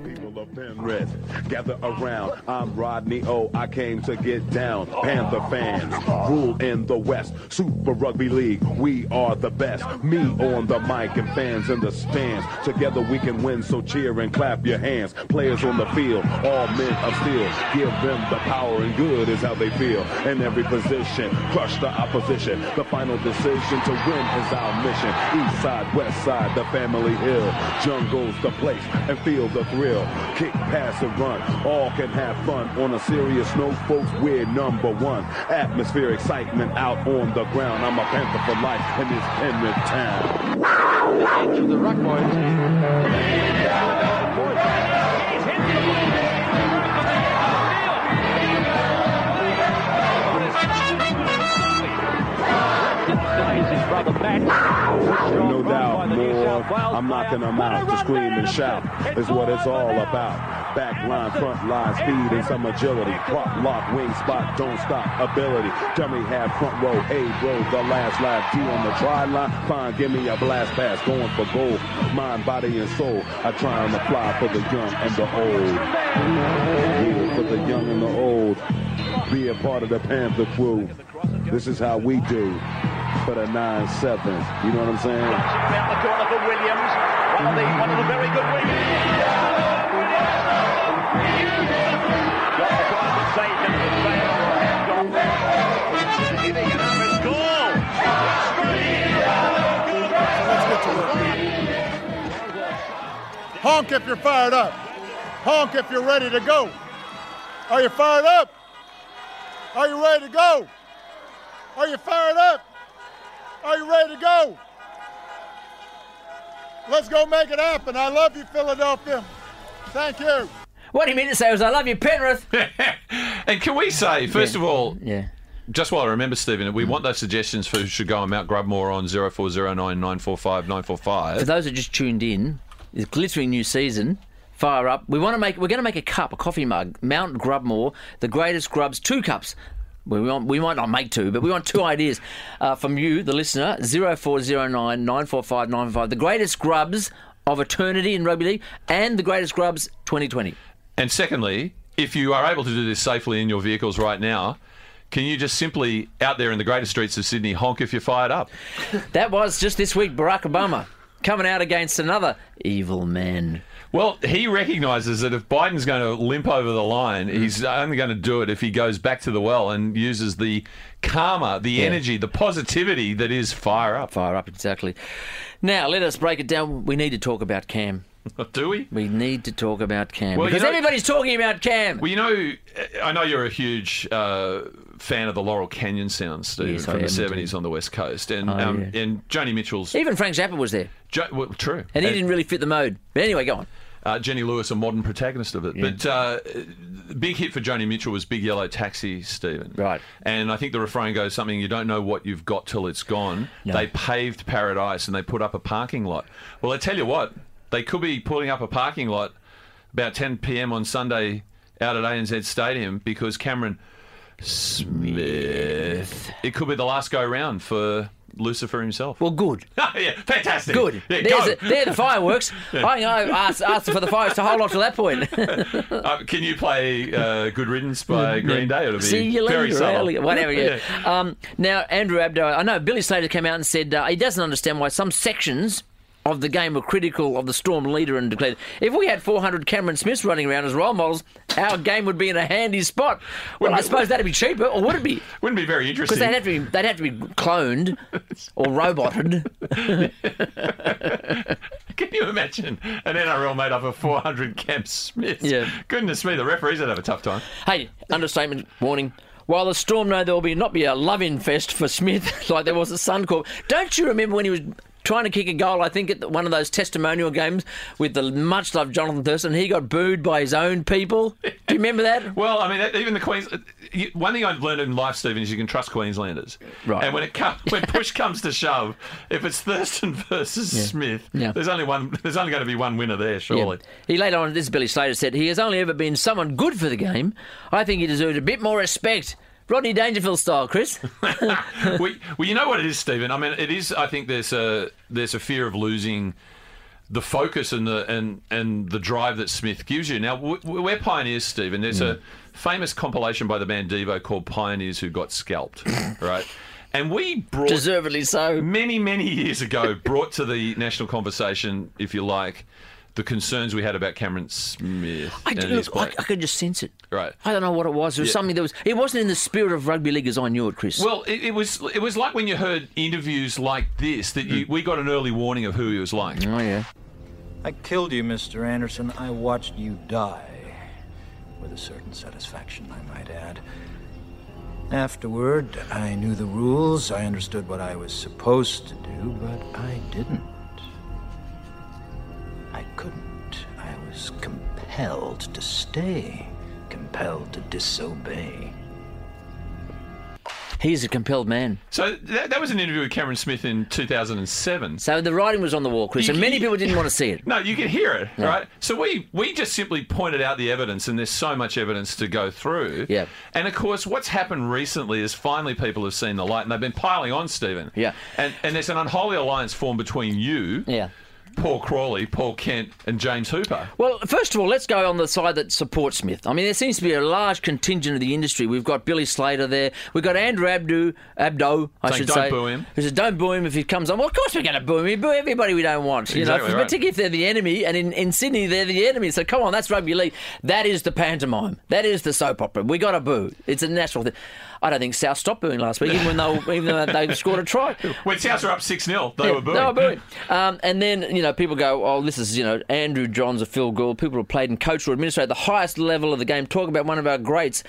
S5: People of Penrith, gather around. I'm Rodney O. I came to get down. Panther fans, rule in the West. Super Rugby League, we are the best. Me on the mic and fans in the stands. Together we can win, so cheer and clap your hands. Players on the field, all men of steel. Give them the power and good is how they feel. In every position, crush the opposition. The final decision to win is our mission. East side, west side, the family hill. Jungle's the place and feel the thrill. Kick, pass, and run. All can have fun. On a serious note, folks, we're number one. Atmosphere, excitement out on the ground. I'm a Panther for life in this Penrith town. No doubt, more. I'm knocking them out to scream and shout. Is what it's all about. Back line, front line, speed and some agility. Prop lock, wing spot, don't stop. Ability. Dummy half, front row, A row, the last lap. D on the try line. Fine, give me a blast pass. Going for gold. Mind, body, and soul. I try and apply for the young and the old. Yeah, for the young and the old. Be a part of the Panther crew. This is how we do. For the 9-7. You know what I'm saying?
S3: Down the corner for Williams. One of the, one of the very good wingers. Got the goal to save him. The player has gone. It's goal.
S7: Honk if you're fired up. Honk if you're ready to go. Are you fired up? Are you ready to go? Are you fired up? Are you ready to go? Let's go make it happen. I love you, Philadelphia. Thank you.
S1: What he meant to say was, "I love you, Penrith."
S6: And can we say, first of all,
S1: Yeah. Mm.
S6: just while I remember, Stephen, we want those suggestions for who should go on Mount Grubmore on 0409 945 945.
S1: For those that just tuned in, it's glittering new season. Fire up. We want to make. We're going to make a cup, a coffee mug, Mount Grubmore, the greatest grubs, two cups. We want, we might not make two, but we want two ideas uh, from you, the listener. 0409 945 945. The greatest grubs of eternity in rugby league and the greatest grubs 2020.
S6: And secondly, if you are able to do this safely in your vehicles right now, can you just simply out there in the greater streets of Sydney honk if you're fired up?
S1: That was just this week, Barack Obama. coming out against another evil man.
S6: Well, he recognises that if Biden's going to limp over the line, he's only going to do it if he goes back to the well and uses the karma, the energy, the positivity that is fire up. (laughs)
S1: Fire up, exactly. Now, let us break it down. We need to talk about Cam.
S6: Do we?
S1: We need to talk about Cam.
S6: Well, you
S1: because
S6: know-
S1: everybody's talking about Cam.
S6: Well, you know, I know you're a huge uh, fan of the Laurel Canyon sound, Steve,
S1: Yes, I
S6: from the
S1: am
S6: '70s on the West Coast, and um,
S1: yeah.
S6: and Joni Mitchell's.
S1: Even Frank Zappa was there,
S6: Jo- well, true,
S1: and he didn't really fit the mode. But anyway, go on.
S6: uh, Jenny Lewis, a modern protagonist of it. But uh, the big hit for Joni Mitchell was Big Yellow Taxi, Stephen.
S1: Right.
S6: And I think the refrain goes something, you don't know what you've got till it's gone.
S1: No.
S6: They paved paradise and they put up a parking lot. Well, I tell you what, they could be putting up a parking lot about 10 p.m. on Sunday out at ANZ Stadium because Cameron Smith. It could be the last go round for Lucifer himself.
S1: Well, good.
S6: (laughs) yeah, fantastic.
S1: Good.
S6: Yeah,
S1: There's
S6: go.
S1: a, there are the
S6: (laughs)
S1: fireworks. I know. Asked, asked for the fireworks to hold off to that point. (laughs)
S6: Uh, can you play uh, Good Riddance by Green Day? It'll
S1: Mm,
S6: be
S1: See you
S6: very
S1: later,
S6: subtle.
S1: alligator. whatever.
S6: (laughs)
S1: Yeah. Um, now, Andrew Abdo, I know Billy Slater came out and said uh, he doesn't understand why some sections of the game were critical of the Storm leader and declared, if we had 400 Cameron Smiths running around as role models, our game would be in a handy spot. Well, I suppose that'd be cheaper, or would it be?
S6: Wouldn't be very
S1: Because
S6: interesting.
S1: they'd have to be they'd have to be cloned or roboted.
S6: (laughs) Can you imagine an NRL made up of 400 Camp Smiths?
S1: Yeah.
S6: Goodness me, the referees would have a tough time.
S1: Hey, understatement warning. While the storm know there will be not be a love infest for Smith (laughs) like there was at Suncorp. Don't you remember when he was trying to kick a goal? I think at the- one of those testimonial games with the much loved Jonathan Thurston, he got booed by his own people. Do you remember (laughs) that?
S6: Well, I mean, that- even the Queens. uh, you- One thing I've learned in life, Stephen, is you can trust Queenslanders.
S1: Right.
S6: And when
S1: (laughs)
S6: it come, when push comes to shove, if it's Thurston (laughs) versus Smith,
S1: Yeah.
S6: there's only one. There's only going to be one winner there,
S1: Yeah.
S6: surely.
S1: He later on, this is Billy Slater said, he has only ever been someone good for the game. I think he deserved a bit more respect. Rodney Dangerfield style, (laughs) Chris.
S6: well, you- well, you know what it is, Stephen. I mean, it is. I think there's a there's a fear of losing the focus and the and and the drive that Smith gives you. Now w- w- we're pioneers, Stephen. There's
S1: Mm.
S6: a famous compilation by the band Devo called "Pioneers Who Got
S1: (laughs)
S6: Scalped," right? And we brought
S1: Deservedly so.
S6: many, many years ago brought to the national conversation, if you like, the concerns we had about Cameron Smith
S1: I,
S6: and
S1: do,
S6: his
S1: look, I,
S6: play.
S1: I could just sense it.
S6: Right.
S1: I don't know what it was. It was something that was. It wasn't in the spirit of rugby league as I knew it, Chris.
S6: Well, it, it was it was like when you heard interviews like this that
S1: Mm.
S6: you, we got an early warning of who he was like.
S1: oh yeah.
S8: I killed you, Mr. Anderson. I watched you die. With a certain satisfaction, I might add. Afterward, I knew the rules, I understood what I was supposed to do, but I didn't. I couldn't. I was compelled to stay, compelled to disobey.
S1: He's a compelled man.
S6: So that, that was an interview with Cameron Smith in 2007.
S1: So the writing was on the wall, Chris,
S6: You-
S1: and many
S6: you-
S1: people didn't want to see it.
S6: No, you can hear it, right? So we we just simply pointed out the evidence, and there's so much evidence to go through.
S1: Yeah.
S6: And of course, what's happened recently is finally people have seen the light, and they've been piling on, Stephen.
S1: Yeah.
S6: And and there's an unholy alliance formed between you,
S1: Yeah.
S6: Paul Crawley, Paul Kent, and James Hooper.
S1: Well, first of all, let's go on the side that supports Smith. I mean, there seems to be a large contingent of the industry. We've got Billy Slater there. We've got Andrew Abdu, Abdo, I
S6: Saying
S1: should
S6: don't
S1: say.
S6: boo him.
S1: Who says, don't boo him if he comes on. Well, of course we're going to boo him. We boo everybody we don't want. You
S6: Exactly
S1: know,
S6: right.
S1: Particularly if they're the enemy. And in, in Sydney, they're the enemy. So come on, that's rugby league. That is the pantomime. That is the soap opera. we got to boo. It's a natural thing. I don't think South stopped booing last week, even, when they, were- even though they scored a
S6: (laughs)
S1: try.
S6: When Souths are up six 0 they
S1: Yeah,
S6: were booing.
S1: They were booing. Um, and then, you know, people go, oh, this is, you know, Andrew Johns or Phil Gould, people who played and coached or administrated the highest level of the game. Talk about one of our greats.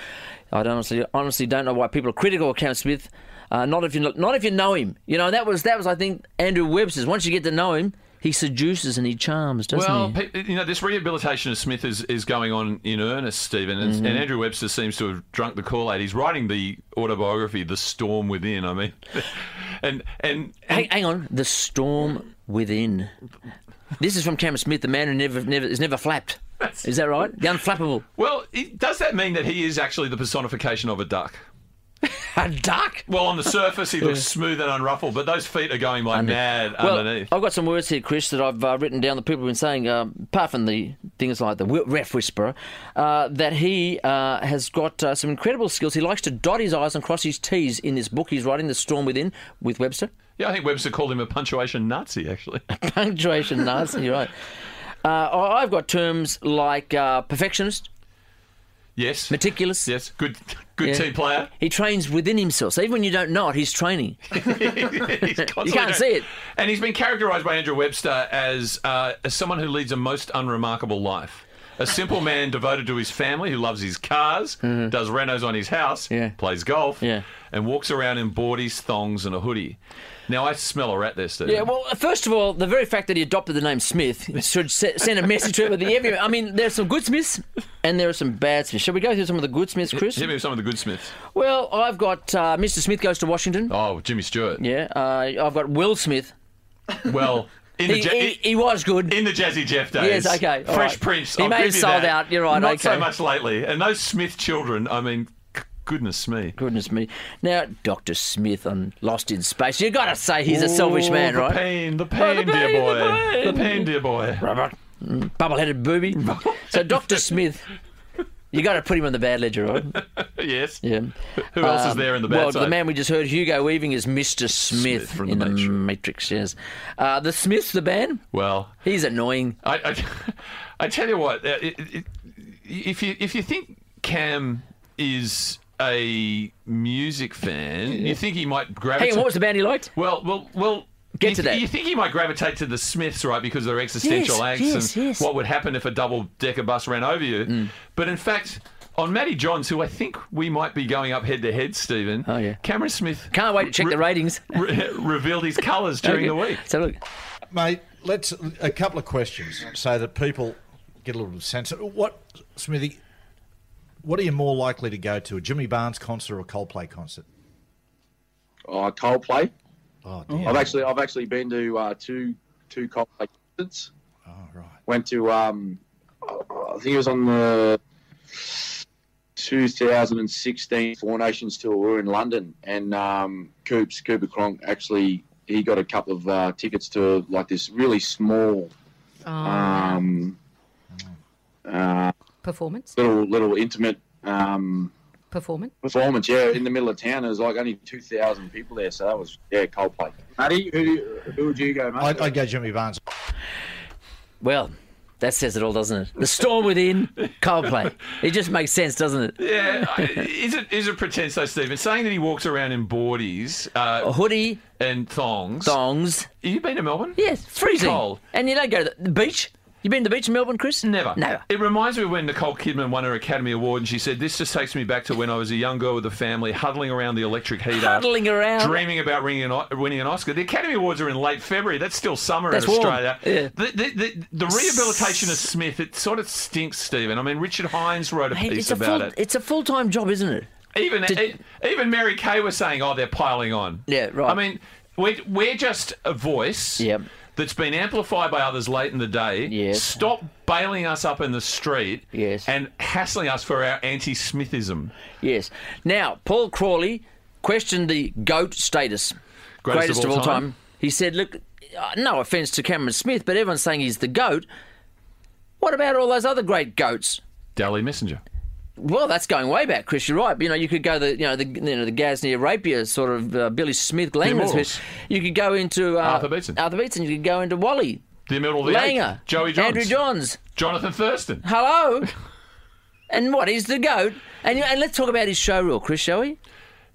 S1: I don't honestly, honestly don't know why people are critical of Cam Smith. Uh, not if you not if you know him. You know that was that was I think Andrew Webster's. Once you get to know him, he seduces and he charms, doesn't
S6: Well,
S1: he?
S6: pe- you know, this rehabilitation of Smith is, is going on in earnest, Stephen, and,
S1: Mm-hmm.
S6: and Andrew Webster seems to have drunk the Kool Aid. He's writing the autobiography, "The Storm Within." I mean, (laughs) and and, and
S1: hang, hang on, the storm within. This is from Cameron Smith, the man who never never is never flapped. Is that right? The unflappable.
S6: well, it, does that mean that he is actually the personification of a duck?
S1: A duck.
S6: Well, on the surface,
S1: (laughs)
S6: he looks smooth and unruffled, but those feet are going like mad
S1: Well, uh,
S6: underneath.
S1: I've got some words here, Chris, that I've uh, written down that people have been saying, um, apart from the things like the wi- ref whisperer, uh, that he uh, has got uh, some incredible skills. He likes to dot his I's and cross his T's in this book he's writing, The Storm Within, with Webster. (laughs)
S6: Yeah, I think Webster called him a punctuation Nazi, actually.
S1: Punctuation Nazi, you're right. Uh, I- I've got terms like uh, perfectionist,
S6: Yes.
S1: meticulous.
S6: Yes. Good good
S1: Yeah.
S6: team player.
S1: He trains within himself. So even when you don't know it, he's training.
S6: (laughs) He's
S1: can't
S6: constantly doing-
S1: see it.
S6: And he's been characterised by Andrew Webster as, uh, as someone who leads a most unremarkable life. A simple
S1: (laughs)
S6: man devoted to his family who loves his cars, does renos on his house,
S1: Mm-hmm. Yeah.
S6: plays golf,
S1: Yeah.
S6: and walks around in boardies, thongs, and a hoodie. Now, I smell a rat there, Steve.
S1: Yeah, well, first of all, the very fact that he adopted the name Smith should se- send a message to everybody. Every- I mean, there's some good Smiths and there are some bad Smiths. Shall we go through some of the good Smiths, Chris?
S6: Hit me with some of the good Smiths.
S1: Well, I've got uh, Mr. Smith goes to Washington.
S6: Oh, Jimmy Stewart.
S1: Yeah, uh, I've got Will Smith.
S6: Well, in the
S1: He,
S6: ja-
S1: he, he was good.
S6: in the Jazzy Jeff days.
S1: Yes, okay, all
S6: Fresh
S1: right.
S6: Prince.
S1: He
S6: I'll
S1: may
S6: give
S1: have
S6: you
S1: sold
S6: that.
S1: out, you're right,
S6: Not so
S1: okay.
S6: much lately. And those Smith children. I mean, c- goodness me.
S1: Goodness me. Now, Dr. Smith on Lost in Space. you got to say he's a selfish man,
S6: the
S1: right?
S6: Pain, the pain,
S1: Oh, the
S6: dear
S1: pain,
S6: boy.
S1: the pain.
S6: dear boy.
S1: Mm, Bubble-headed booby. so, Dr. Smith, you got to put him on the bad ledger, (laughs) right?
S6: (laughs) Yes.
S1: Yeah.
S6: Who else is there in the bad
S1: Um, well,
S6: side?
S1: the man we just heard, Hugo Weaving, is Mr. Smith,
S6: Smith from
S1: in
S6: The
S1: the Matrix.
S6: Matrix.
S1: yes. Uh, the Smiths, the band,
S6: Well,
S1: he's annoying.
S6: I, (laughs) I, I tell you what. uh, It, it, if you if you think Cam is a music fan, you think he might gravitate.
S1: Hang on, what was the band he liked?
S6: Well, well, well.
S1: Get
S6: you,
S1: to that.
S6: You think he might gravitate to the Smiths, right? Because they're existential
S1: Yes,
S6: angst
S1: yes,
S6: and
S1: yes. Mm.
S6: what would happen if a double decker bus ran over you. But in fact, on Matty Johns, who I think we might be going up head to head, Stephen.
S1: Oh, yeah.
S6: Cameron Smith.
S1: Can't wait to check
S6: re-
S1: the ratings.
S6: re- revealed his colours (laughs) during the week.
S1: So look,
S9: Mate, let's a couple of questions so that people get a little sense. of What Smithy? What are you more likely to go to? A Jimmy Barnes concert or a Coldplay concert?
S10: Oh, Coldplay.
S9: Oh, dear.
S10: I've actually I've actually been to uh, two two Coldplay concerts.
S9: oh right.
S10: Went to um, I think it was on the 2016 Four Nations tour. We were in London, and um, Coops Cooper Cronk actually he got a couple of uh, tickets to like this really small
S11: Oh,
S10: um, uh,
S11: Performance.
S10: little little intimate. Um,
S11: Performance.
S10: performance, yeah, in the middle of town. There's like only 2,000 people there, so that was, yeah, Coldplay. Matty, who, who would you go, mate?
S9: I'd, I'd go Jimmy Barnes.
S1: well, that says it all, doesn't it? The Storm
S6: (laughs)
S1: Within, Coldplay. It just makes sense, doesn't it?
S6: Yeah, I- is it is it pretense though, Stephen? Saying that he walks around in boardies uh,
S1: A hoodie,
S6: and thongs.
S1: thongs.
S6: Have you been to Melbourne?
S1: Yes,
S6: It's pretty
S1: freezing.
S6: cold.
S1: And you don't go to the, the beach? You been to the beach in Melbourne, Chris?
S6: Never.
S1: Never.
S6: It reminds me of when Nicole Kidman won her Academy Award and she said, This just takes me back to when I was a young girl with a family huddling around the electric heater.
S1: Huddling around.
S6: Dreaming about winning an, O- winning an Oscar. The Academy Awards are in late February. That's still summer
S1: That's
S6: in
S1: warm.
S6: Australia.
S1: Yeah.
S6: The, the, the, the rehabilitation of Smith, it sort of stinks, Stephen. I mean, Richard Hines wrote a
S1: Hey,
S6: piece
S1: it's, a
S6: about
S1: full,
S6: it.
S1: it's a full-time job, isn't it?
S6: Even,
S1: Did-
S6: e- even Mary Kay was saying, Oh, they're piling on.
S1: Yeah, right.
S6: I mean, we're, we're just a voice.
S1: Yep.
S6: That's been amplified by others late in the day.
S1: Yes.
S6: Stop bailing us up in the street
S1: Yes.
S6: and hassling us for our anti Smithism.
S1: Yes. Now, Paul Crawley questioned the GOAT status.
S6: Greatest of all time.
S1: He said, look, uh, no offence to Cameron Smith, but everyone's saying he's the GOAT. What about all those other great GOATs?
S6: Daily Messenger.
S1: Well, that's going way back, Chris. You're right. You know, you could go the you know the you know the Gasnier Rapier sort of uh, Billy Smith, Langman
S6: Immortals.
S1: Smith. You could go into uh,
S6: Arthur Beetson.
S1: Arthur Beetson. You could go into Wally
S6: The middle of the
S1: Langer,
S6: eighth. Joey Johns.
S1: Andrew Johns.
S6: Jonathan Thurston. (laughs)
S1: Hello. and what? He's the goat. And you- and let's talk about his show reel, Chris, shall we?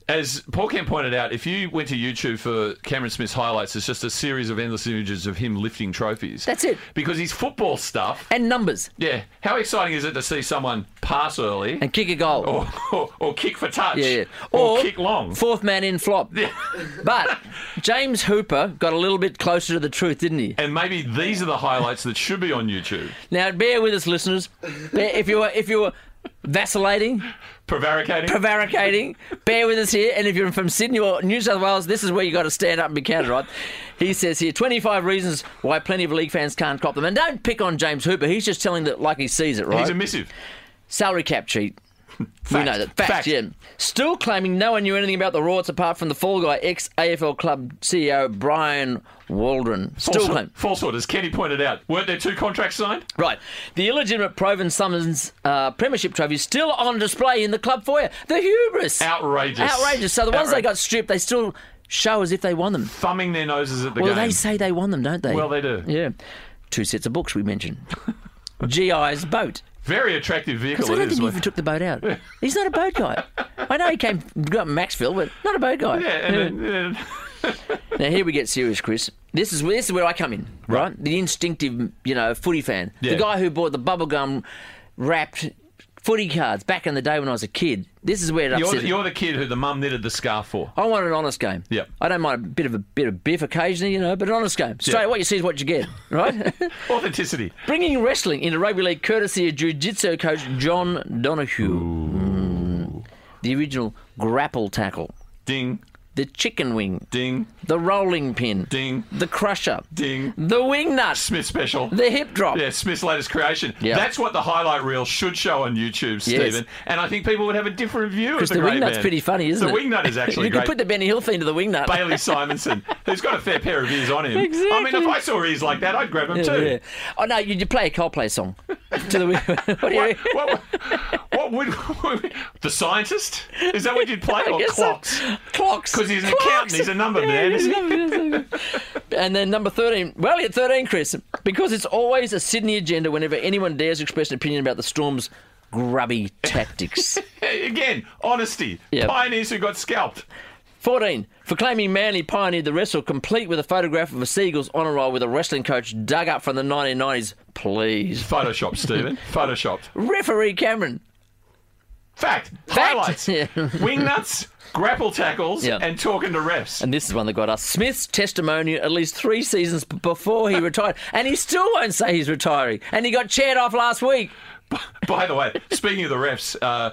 S6: As Paul Kemp pointed out, if you went to YouTube for Cameron Smith's highlights, it's just a series of endless images of him lifting trophies.
S1: That's it.
S6: Because his football stuff.
S1: And numbers
S6: Yeah. How exciting is it to see someone pass early
S1: and kick a goal.
S6: (laughs) or, or, or kick for touch?
S1: Yeah, yeah.
S6: Or, kick long.
S1: Fourth man in flop. but James Hooper got a little bit closer to the truth, didn't he?
S6: and maybe these are the highlights that should be on YouTube.
S1: Now bear with us, listeners. Bear- if you were if you were vacillating,
S6: Prevaricating.
S1: prevaricating, bear with us here. And if you're from Sydney or New South Wales, this is where you got to stand up and be counted on. He says here 25 reasons why plenty of league fans can't cop them. And don't pick on James Hooper. He's just telling that like he sees it, right?
S6: He's a missive.
S1: Salary cap
S6: (laughs)
S1: cheat. We
S6: Fact.
S1: know that. Fact,
S6: Fact.
S1: yeah. Still claiming no one knew anything about the riots apart from the fall guy, ex AFL club CEO Brian Waldron. Still
S6: False,
S1: claim.
S6: false orders. Kenny pointed out. Weren't there two contracts signed?
S1: Right. The illegitimate Proven Summons uh, Premiership trophy is still on display in the club foyer. The hubris.
S6: Outrageous.
S1: Outrageous. So the ones
S6: Outra-
S1: they got stripped, they still show as if they won them.
S6: Thumbing their noses at the
S1: well,
S6: game.
S1: they say they won them, don't they?
S6: Well, they do.
S1: Yeah. Two sets of books we
S6: (laughs)
S1: mentioned. GI's boat.
S6: Very attractive vehicle.
S1: Because I
S6: Oh, it
S1: don't
S6: is,
S1: think he
S6: wasn't
S1: even
S6: it?
S1: took the boat out. He's not a boat guy. I know he came got Maxville, but not a boat guy.
S6: Yeah, and then- then-
S1: Now here we get serious, Chris. This is this is where I come in, right? The instinctive, you know, footy fan,
S6: Yeah.
S1: the guy who bought the bubblegum wrapped footy cards back in the day when I was a kid. This is where it
S6: you're,
S1: upset.
S6: the, you're the kid who the mum knitted the scarf for.
S1: I want an honest game.
S6: Yep.
S1: I don't mind a bit of a bit of biff occasionally, you know, but an honest game. Straight,
S6: Yeah.
S1: what you see is what you get, right? (laughs)
S6: Authenticity.
S1: Bringing wrestling into rugby league courtesy of jiu-jitsu coach John Donahue. Mm. The original grapple tackle,
S6: Ding,
S1: the chicken wing,
S6: ding,
S1: the rolling pin,
S6: ding,
S1: the crusher,
S6: ding.
S1: the wing nut,
S6: Smith special.
S1: the hip drop.
S6: Yeah, Smith's latest creation.
S1: Yeah.
S6: That's what the highlight reel should show on YouTube, Stephen. And I think people would have a different view of
S1: Because
S6: the,
S1: the,
S6: great
S1: wing nut's
S6: man.
S1: pretty funny, isn't
S6: the
S1: it?
S6: wing nut is
S1: (laughs)
S6: actually
S1: you
S6: great.
S1: can put the Benny Hill thing to the wing nut.
S6: Bailey Simonson, who's got a fair pair of ears on him. I mean,
S1: Exactly.
S6: if I saw ears like that, I'd grab him
S1: Yeah,
S6: too.
S1: yeah. (laughs) Oh no, you, you play a Coldplay song to the wing. (laughs) what do you?
S6: What, what, what would, the scientist? Is that what you'd play
S1: (laughs) I
S6: or
S1: guess so.
S6: clocks?
S1: Clocks.
S6: Because he's an
S1: Clocks.
S6: accountant, he's a number man.
S1: he's
S6: Isn't
S1: a
S6: he?
S1: number- (laughs) and then number 13. Well, you're 13, Chris. Because it's always a Sydney agenda whenever anyone dares express an opinion about the Storm's (laughs) grubby tactics.
S6: Again, honesty.
S1: Yeah.
S6: Pioneers who got scalped.
S1: 14. For claiming Manly pioneered the wrestle, complete with a photograph of a Seagulls honour roll with a wrestling coach dug up from the 1990s. Please. (laughs)
S6: Photoshopped, Stephen. Photoshopped.
S1: Referee Cameron.
S6: Fact.
S1: Fact. (laughs)
S6: Highlights.
S1: Yeah.
S6: Wing nuts, grapple tackles,
S1: Yeah.
S6: and talking to refs.
S1: And this is one that got us. Smith's testimony at least three seasons b- before he retired. And he still won't say he's retiring. And he got cheered off last week.
S6: By the way, speaking of the refs, uh,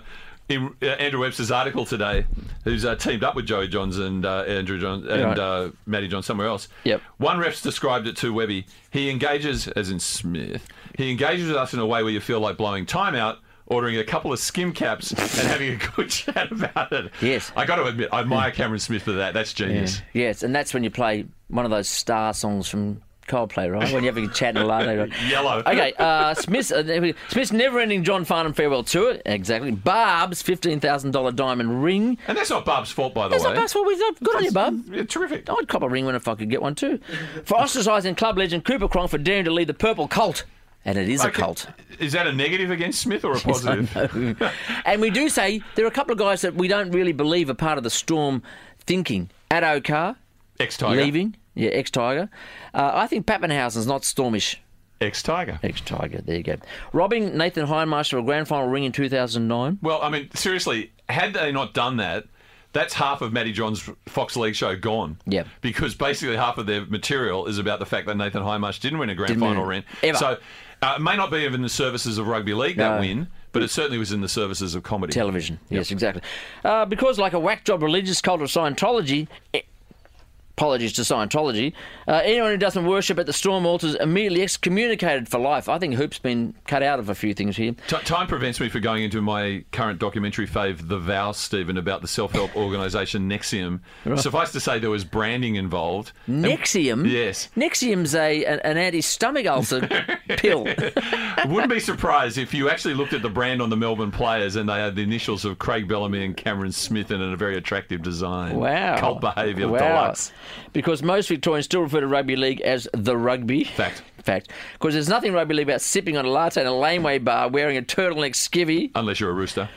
S6: in uh, Andrew Webster's article today, who's uh, teamed up with Joey Johns and uh, Andrew Johns and
S1: right.
S6: uh, Matty Johns somewhere else.
S1: Yep.
S6: One ref's described it to Webby. He engages, as in Smith, he engages with us in a way where you feel like blowing time out. Ordering a couple of skim caps and having a good (laughs) chat about it.
S1: Yes. Hmm.
S6: I got to admit, I admire Cameron Smith for that. That's genius.
S1: Yes, and that's when you play one of those star songs from Coldplay, right? When you have a chat and a latte. right?
S6: (laughs) Yellow.
S1: Okay, uh, Smith's, uh, Smith's never-ending John Farnham farewell tour. Exactly. Barb's $15,000 diamond ring.
S6: And that's not Bob's fault, by the
S1: That's
S6: way.
S1: not basketball. We've not- Good on you, Barb.
S6: Yeah, terrific.
S1: I'd cop a ring when if I could get one too. For ostracising club legend Cooper Cronk for daring to lead the Purple Cult. And it is a
S6: Okay.
S1: cult.
S6: Is that a negative against Smith or a positive?
S1: and we do say there are a couple of guys that we don't really believe are part of the Storm thinking. Addo Carr,
S6: Ex Tiger.
S1: leaving. Yeah, ex Tiger. Uh, I think Pappenhausen's not Stormish.
S6: Ex Tiger.
S1: Ex Tiger, there you go. Robbing Nathan Hindmarsh of a grand final ring in 2009.
S6: Well, I mean, seriously, had they not done that, that's half of Matty John's Fox League show gone.
S1: Yep.
S6: Because basically half of their material is about the fact that Nathan Highmarsh didn't win a grand
S1: Didn't win
S6: final
S1: it.
S6: win.
S1: Ever.
S6: So uh, it may not be in the services of rugby league that
S1: No.
S6: win, but it certainly was in the services of comedy.
S1: Television, yes, exactly. Uh, because, like a whack job religious cult of Scientology, eh, apologies to Scientology, uh, anyone who doesn't worship at the storm altars immediately excommunicated for life. I think Hoop's been cut out of a few things here.
S6: T- time prevents me from going into my current documentary fave, The Vow, Stephen, about the self-help (laughs) organisation Nexium. Suffice to say, there was branding involved.
S1: Mm-hmm. Nexium?
S6: Yes.
S1: Nexium's a, an, an anti stomach ulcer pill.
S6: Wouldn't be surprised if you actually looked at the brand on the Melbourne players and they had the initials of Craig Bellamy and Cameron Smith in a very attractive design.
S1: Wow.
S6: Cult behaviour
S1: wow.
S6: deluxe.
S1: Because most Victorians still refer to rugby league as the rugby.
S6: Fact.
S1: Fact. Because there's nothing rugby league about sipping on a latte in a laneway bar wearing a turtleneck skivvy.
S6: Unless you're a rooster.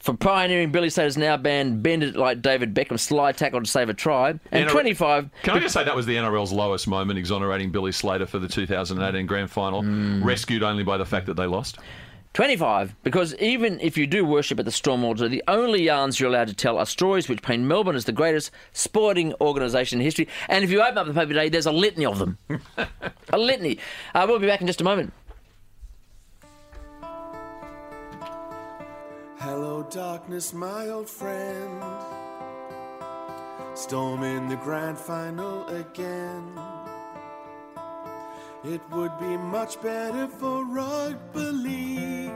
S1: For pioneering, Billy Slater's now banned bend it like David Beckham, slide tackle to save a try. And
S6: NRL
S1: 25.
S6: Can I just say that was the NRL's lowest moment, exonerating Billy Slater for the 2018 grand final, rescued only by the fact that they lost?
S1: 25. Because even if you do worship at the Storm altar, the only yarns you're allowed to tell are stories which paint Melbourne as the greatest sporting organisation in history. And if you open up the paper today, there's a litany of
S6: (laughs)
S1: them. a litany. Uh, we'll be back in just a moment.
S3: Hello, darkness, my old friend. Storm in the grand final again. It would be much better for rugby league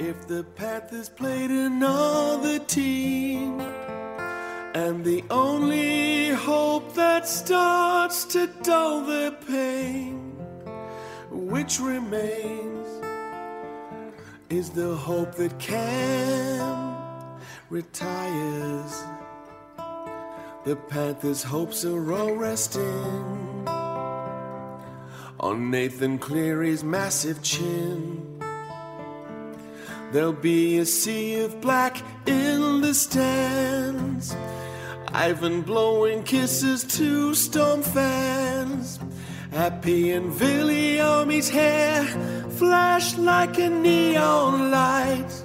S3: if the Panthers played another team. And the only hope that starts to dull the pain which remains is the hope that Cam retires.
S11: The Panthers' hopes are all resting on Nathan Cleary's massive chin. There'll be a sea of black in the stands. Ivan blowing kisses to storm fans. Happy and Viliami's hair flashed like a neon light.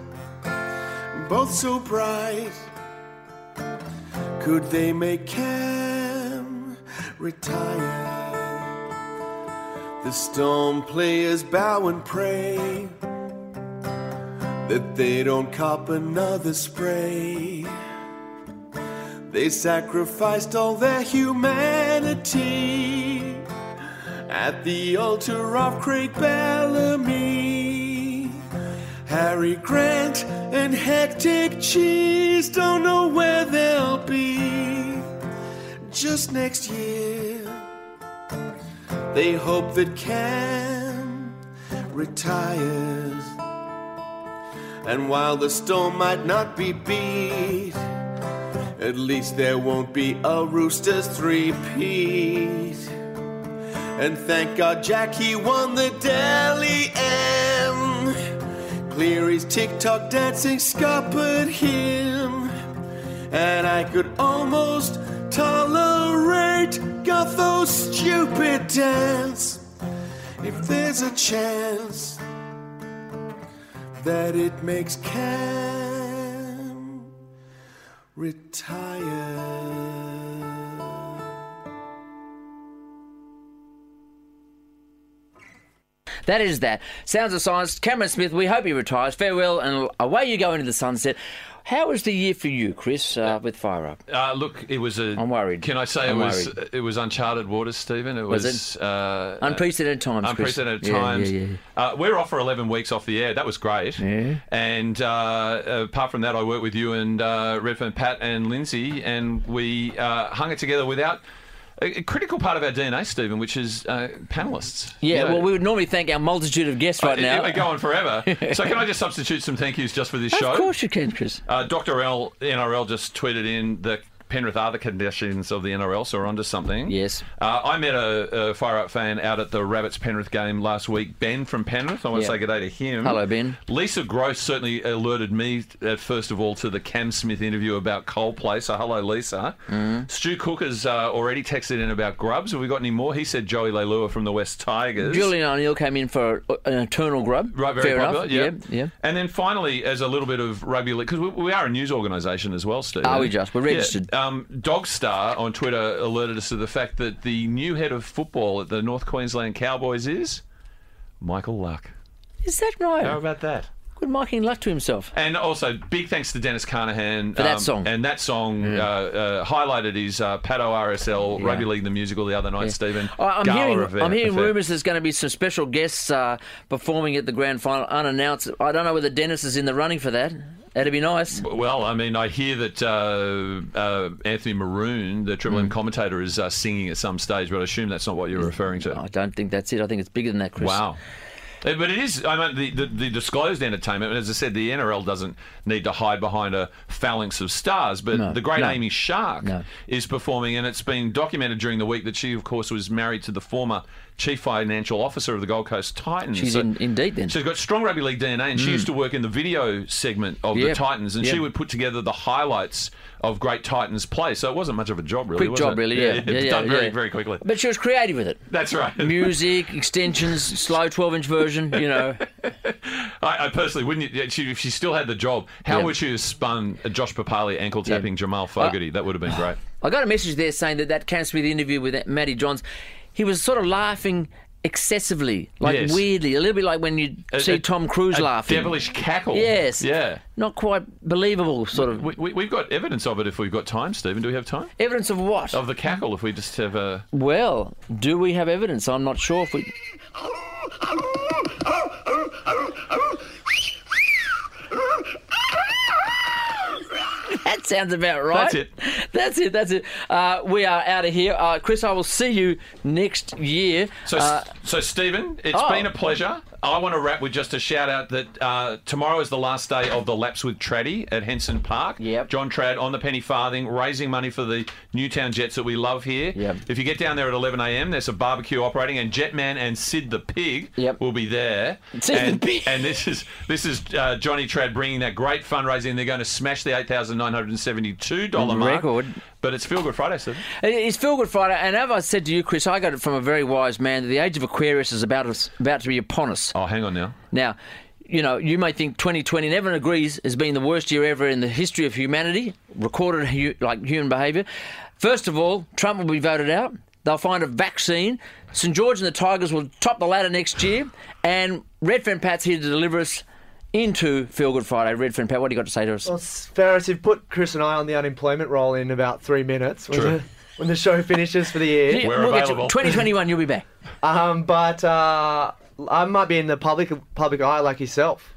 S11: Both so bright. Could they make Cam retire? The Storm players bow and pray that they don't cop another spray. They sacrificed all their humanity at the altar of Craig Bellamy. Harry Grant and Hectic Cheese don't know where they'll be just next year. They hope that Cam retires. And while the storm might not be beat, at least there won't be a Roosters three-peat. And thank God Jackie won the Dally M. Cleary's TikTok dancing scuppered him. And I could almost tolerate Gutho's stupid dance if there's a chance that it makes Cam retire.
S1: That is that. Sounds of Science. Cameron Smith, we hope he retires. Farewell, and away you go into the sunset. How was the year for you, Chris, uh, with Fire Up?
S6: Uh, look, it was a. I'm worried. Can I say
S1: I'm
S6: it was
S1: worried.
S6: it was uncharted waters, Stephen? It
S1: Was
S6: was,
S1: it?
S6: Uh,
S1: Unprecedented times, Chris.
S6: Unprecedented
S1: Yeah, yeah,
S6: times.
S1: yeah.
S6: Uh, we're off for 11 weeks off the air. That was great. Yeah. And uh, apart from that, I worked with you and uh, Redfern, Pat, and Lindsay, and we uh, hung it together without a, a critical part of our DNA, Stephen, which is uh, panelists.
S1: Yeah,
S6: You know,
S1: well, we would normally thank our multitude of guests right
S6: it-
S1: now.
S6: It, would go
S1: (laughs)
S6: on forever. so can I just substitute some thank yous just for this show?
S1: Of course you can, Chris.
S6: Uh, Dr. L, NRL just tweeted in the Penrith are the conditions of the NRL, so we're onto something. Yes. Uh, I met a, a Fire Up fan out at the Rabbits Penrith game last week. Ben from Penrith. I want
S1: Yeah.
S6: to say good day to him.
S1: Hello, Ben.
S6: Lisa Gross certainly alerted me, uh, first of all, to the Cam Smith interview about Coldplay. So hello, Lisa.
S1: Mm.
S6: Stu Cook has uh, already texted in about Grubs. Have we got any more? He said Joey Leilua from the West Tigers.
S1: Julian O'Neill came in for an eternal grub.
S6: Right, very
S1: Fair
S6: popular.
S1: enough.
S6: yeah. And then finally, as a little bit of rugby league, because we, we are a news organisation as well, Steve.
S1: Are we just? We're
S6: Yeah.
S1: registered.
S6: Um, Dogstar on Twitter alerted us to the fact that the new head of football at the North Queensland Cowboys is Michael Luck.
S1: Is that right?
S6: How about that?
S1: Good marking luck to himself.
S6: And also, big thanks to Dennis Carnahan um,
S1: For that song. Mm.
S6: And that song uh, uh, highlighted his uh, Pato RSL
S1: Yeah.
S6: Rugby League the musical the other night, Stephen.
S1: I- I'm
S6: Gala
S1: hearing,
S6: affair-
S1: I'm hearing
S6: affair.
S1: rumours there's going to be some special guests uh, performing at the grand final unannounced. I don't know whether Dennis is in the running for that. That'd be nice.
S6: Well, I mean, I hear that uh, uh, Anthony Maroon, the Triple
S1: Mm.
S6: M commentator, is uh, singing at some stage, but I assume that's not what you're referring to. I
S1: don't think that's it. I think it's bigger than that, Chris.
S6: Wow. Eh, But it is, I mean, the, the, the disclosed entertainment, and as I said, the NRL doesn't need to hide behind a phalanx of stars, but
S1: No,
S6: the great
S1: no.
S6: Amy Shark is performing, and it's been documented during the week that she, of course, was married to the former chief financial officer of the Gold Coast Titans.
S1: She's
S6: So-
S1: in, indeed then.
S6: She's got strong rugby league DNA, and she
S1: Mm.
S6: used to work in the video segment of the
S1: Yep.
S6: Titans, and she
S1: Yep.
S6: would put together the highlights of great Titans play. So it wasn't much of a job, really.
S1: Quick
S6: was
S1: job,
S6: it? (laughs)
S1: really, yeah. Yeah, yeah,
S6: done very,
S1: yeah.
S6: very quickly.
S1: But she was creative with
S6: (laughs)
S1: it.
S6: That's right.
S1: Music, extensions, slow 12 inch version, you know.
S6: I, I personally wouldn't. yeah, She, if she still had the job, how
S1: Yeah. Uh,
S6: would she have spun a Josh Papali ankle tapping Jamal Fogarty? that would have been great.
S1: I got a message there saying that that Cam Smith interview with Matty Johns, he was sort of laughing excessively, like
S6: Yes.
S1: weirdly, a little bit like when you
S6: A-
S1: see
S6: a-
S1: Tom Cruise
S6: a
S1: laughing.
S6: devilish cackle.
S1: Yes.
S6: Yeah.
S1: Not quite believable, sort of.
S6: We, we, we've got evidence of it if we've got time, Stephen. Do we have time?
S1: Evidence of what?
S6: Of the cackle, if we just have a.
S1: Well, do we have evidence? I'm not sure if we. That sounds about right.
S6: That's it.
S1: That's it. That's it. Uh, we are out of here. Uh, Chris, I will see you next year.
S6: So,
S1: uh,
S6: so Stephen, it's
S1: oh.
S6: been a pleasure. I want to wrap with just a shout out that uh, tomorrow is the last day of the laps with Traddy at Henson Park. Yep. John Trad on the penny farthing, raising money for the Newtown Jets that we love here. Yep. If you get down there at 11 a.m., there's a barbecue operating, and Jetman and Sid the Pig will be there.
S1: Sid the
S6: and, Pig. And this is this is uh, Johnny Trad bringing that great fundraising. They're going to smash the $8,972 mark.
S1: Record.
S6: But it's Feel Good Friday, Sid.
S1: It- It's Feel Good Friday, and as I said to you, Chris, I got it from a very wise man that the age of Aquarius is about us, about to be upon us.
S6: Oh, hang on now.
S1: Now, you know, you may think 2020, and everyone agrees, has been the worst year ever in the history of humanity, recorded hu- like human behaviour. First of all, Trump will be voted out. They'll find a vaccine. St George and the Tigers will top the ladder next year, and Redfern Pat's here to deliver us into Feel Good Friday. Redfern Pat, what do you got to say to us?
S12: Well, Ferris, you've put Chris and I on the unemployment roll in about three minutes. When,
S1: True.
S12: The, when the show finishes for the year.
S1: Yeah, We're we'll get you- available. 2021, you'll be
S12: (laughs)
S1: back.
S12: Um, but uh, I might be in the public public eye like yourself.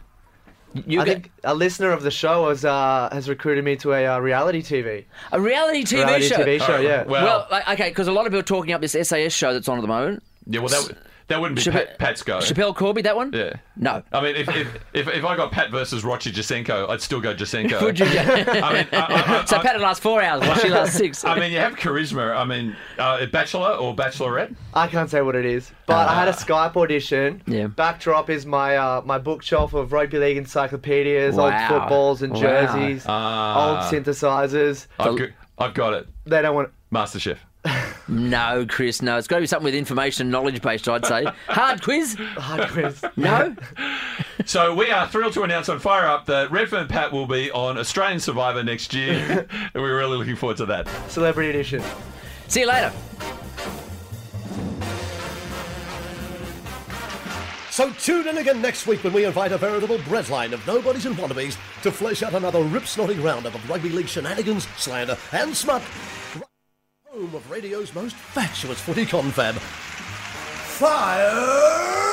S1: You
S12: I
S1: get-
S12: think a listener of the show has, uh, has recruited me to a uh, reality TV.
S1: A reality TV
S12: Reality
S1: show.
S12: TV show, Alright, yeah.
S1: Well,
S12: well-
S1: like, okay, because a lot of people are talking up this SAS show that's on at the moment.
S6: Yeah, well, that, that wouldn't be
S1: Chappelle-
S6: Pat, Pat's go.
S1: Chappelle Corby, that one?
S6: Yeah.
S1: No.
S6: I mean, if, if, if, if I got Pat versus Rochi Jasenko, I'd still go Jasenko.
S1: (laughs) Would you?
S12: (laughs)
S6: I mean,
S1: so Pat would last four hours, while (laughs) she
S6: (laughs)
S1: lasts six.
S6: I mean, you have charisma. I mean, uh, Bachelor or Bachelorette?
S12: I can't say what it is, but I had a Skype audition.
S6: Uh, Yeah.
S12: Backdrop is my uh, my bookshelf of rugby league encyclopedias,
S6: Wow.
S12: old footballs and
S6: Wow.
S12: jerseys,
S6: Ah.
S12: old synthesizers.
S6: I've, g- I've got it.
S12: They don't want
S6: MasterChef.
S1: No, Chris, no. It's got to be something with information and knowledge based, I'd say. Hard quiz? Hard
S6: (laughs)
S12: quiz.
S1: No?
S6: So we are thrilled to announce on Fire Up that Redfern Pat will be on Australian Survivor next year. (laughs) and we're really looking forward to that.
S12: (laughs) Celebrity Edition.
S1: See you later.
S2: So tune in again next week when we invite a veritable breadline of nobodies and wannabes to flesh out another rip-snorting roundup of rugby league shenanigans, slander, and smut. Home of radio's most fatuous footy confab. Fire!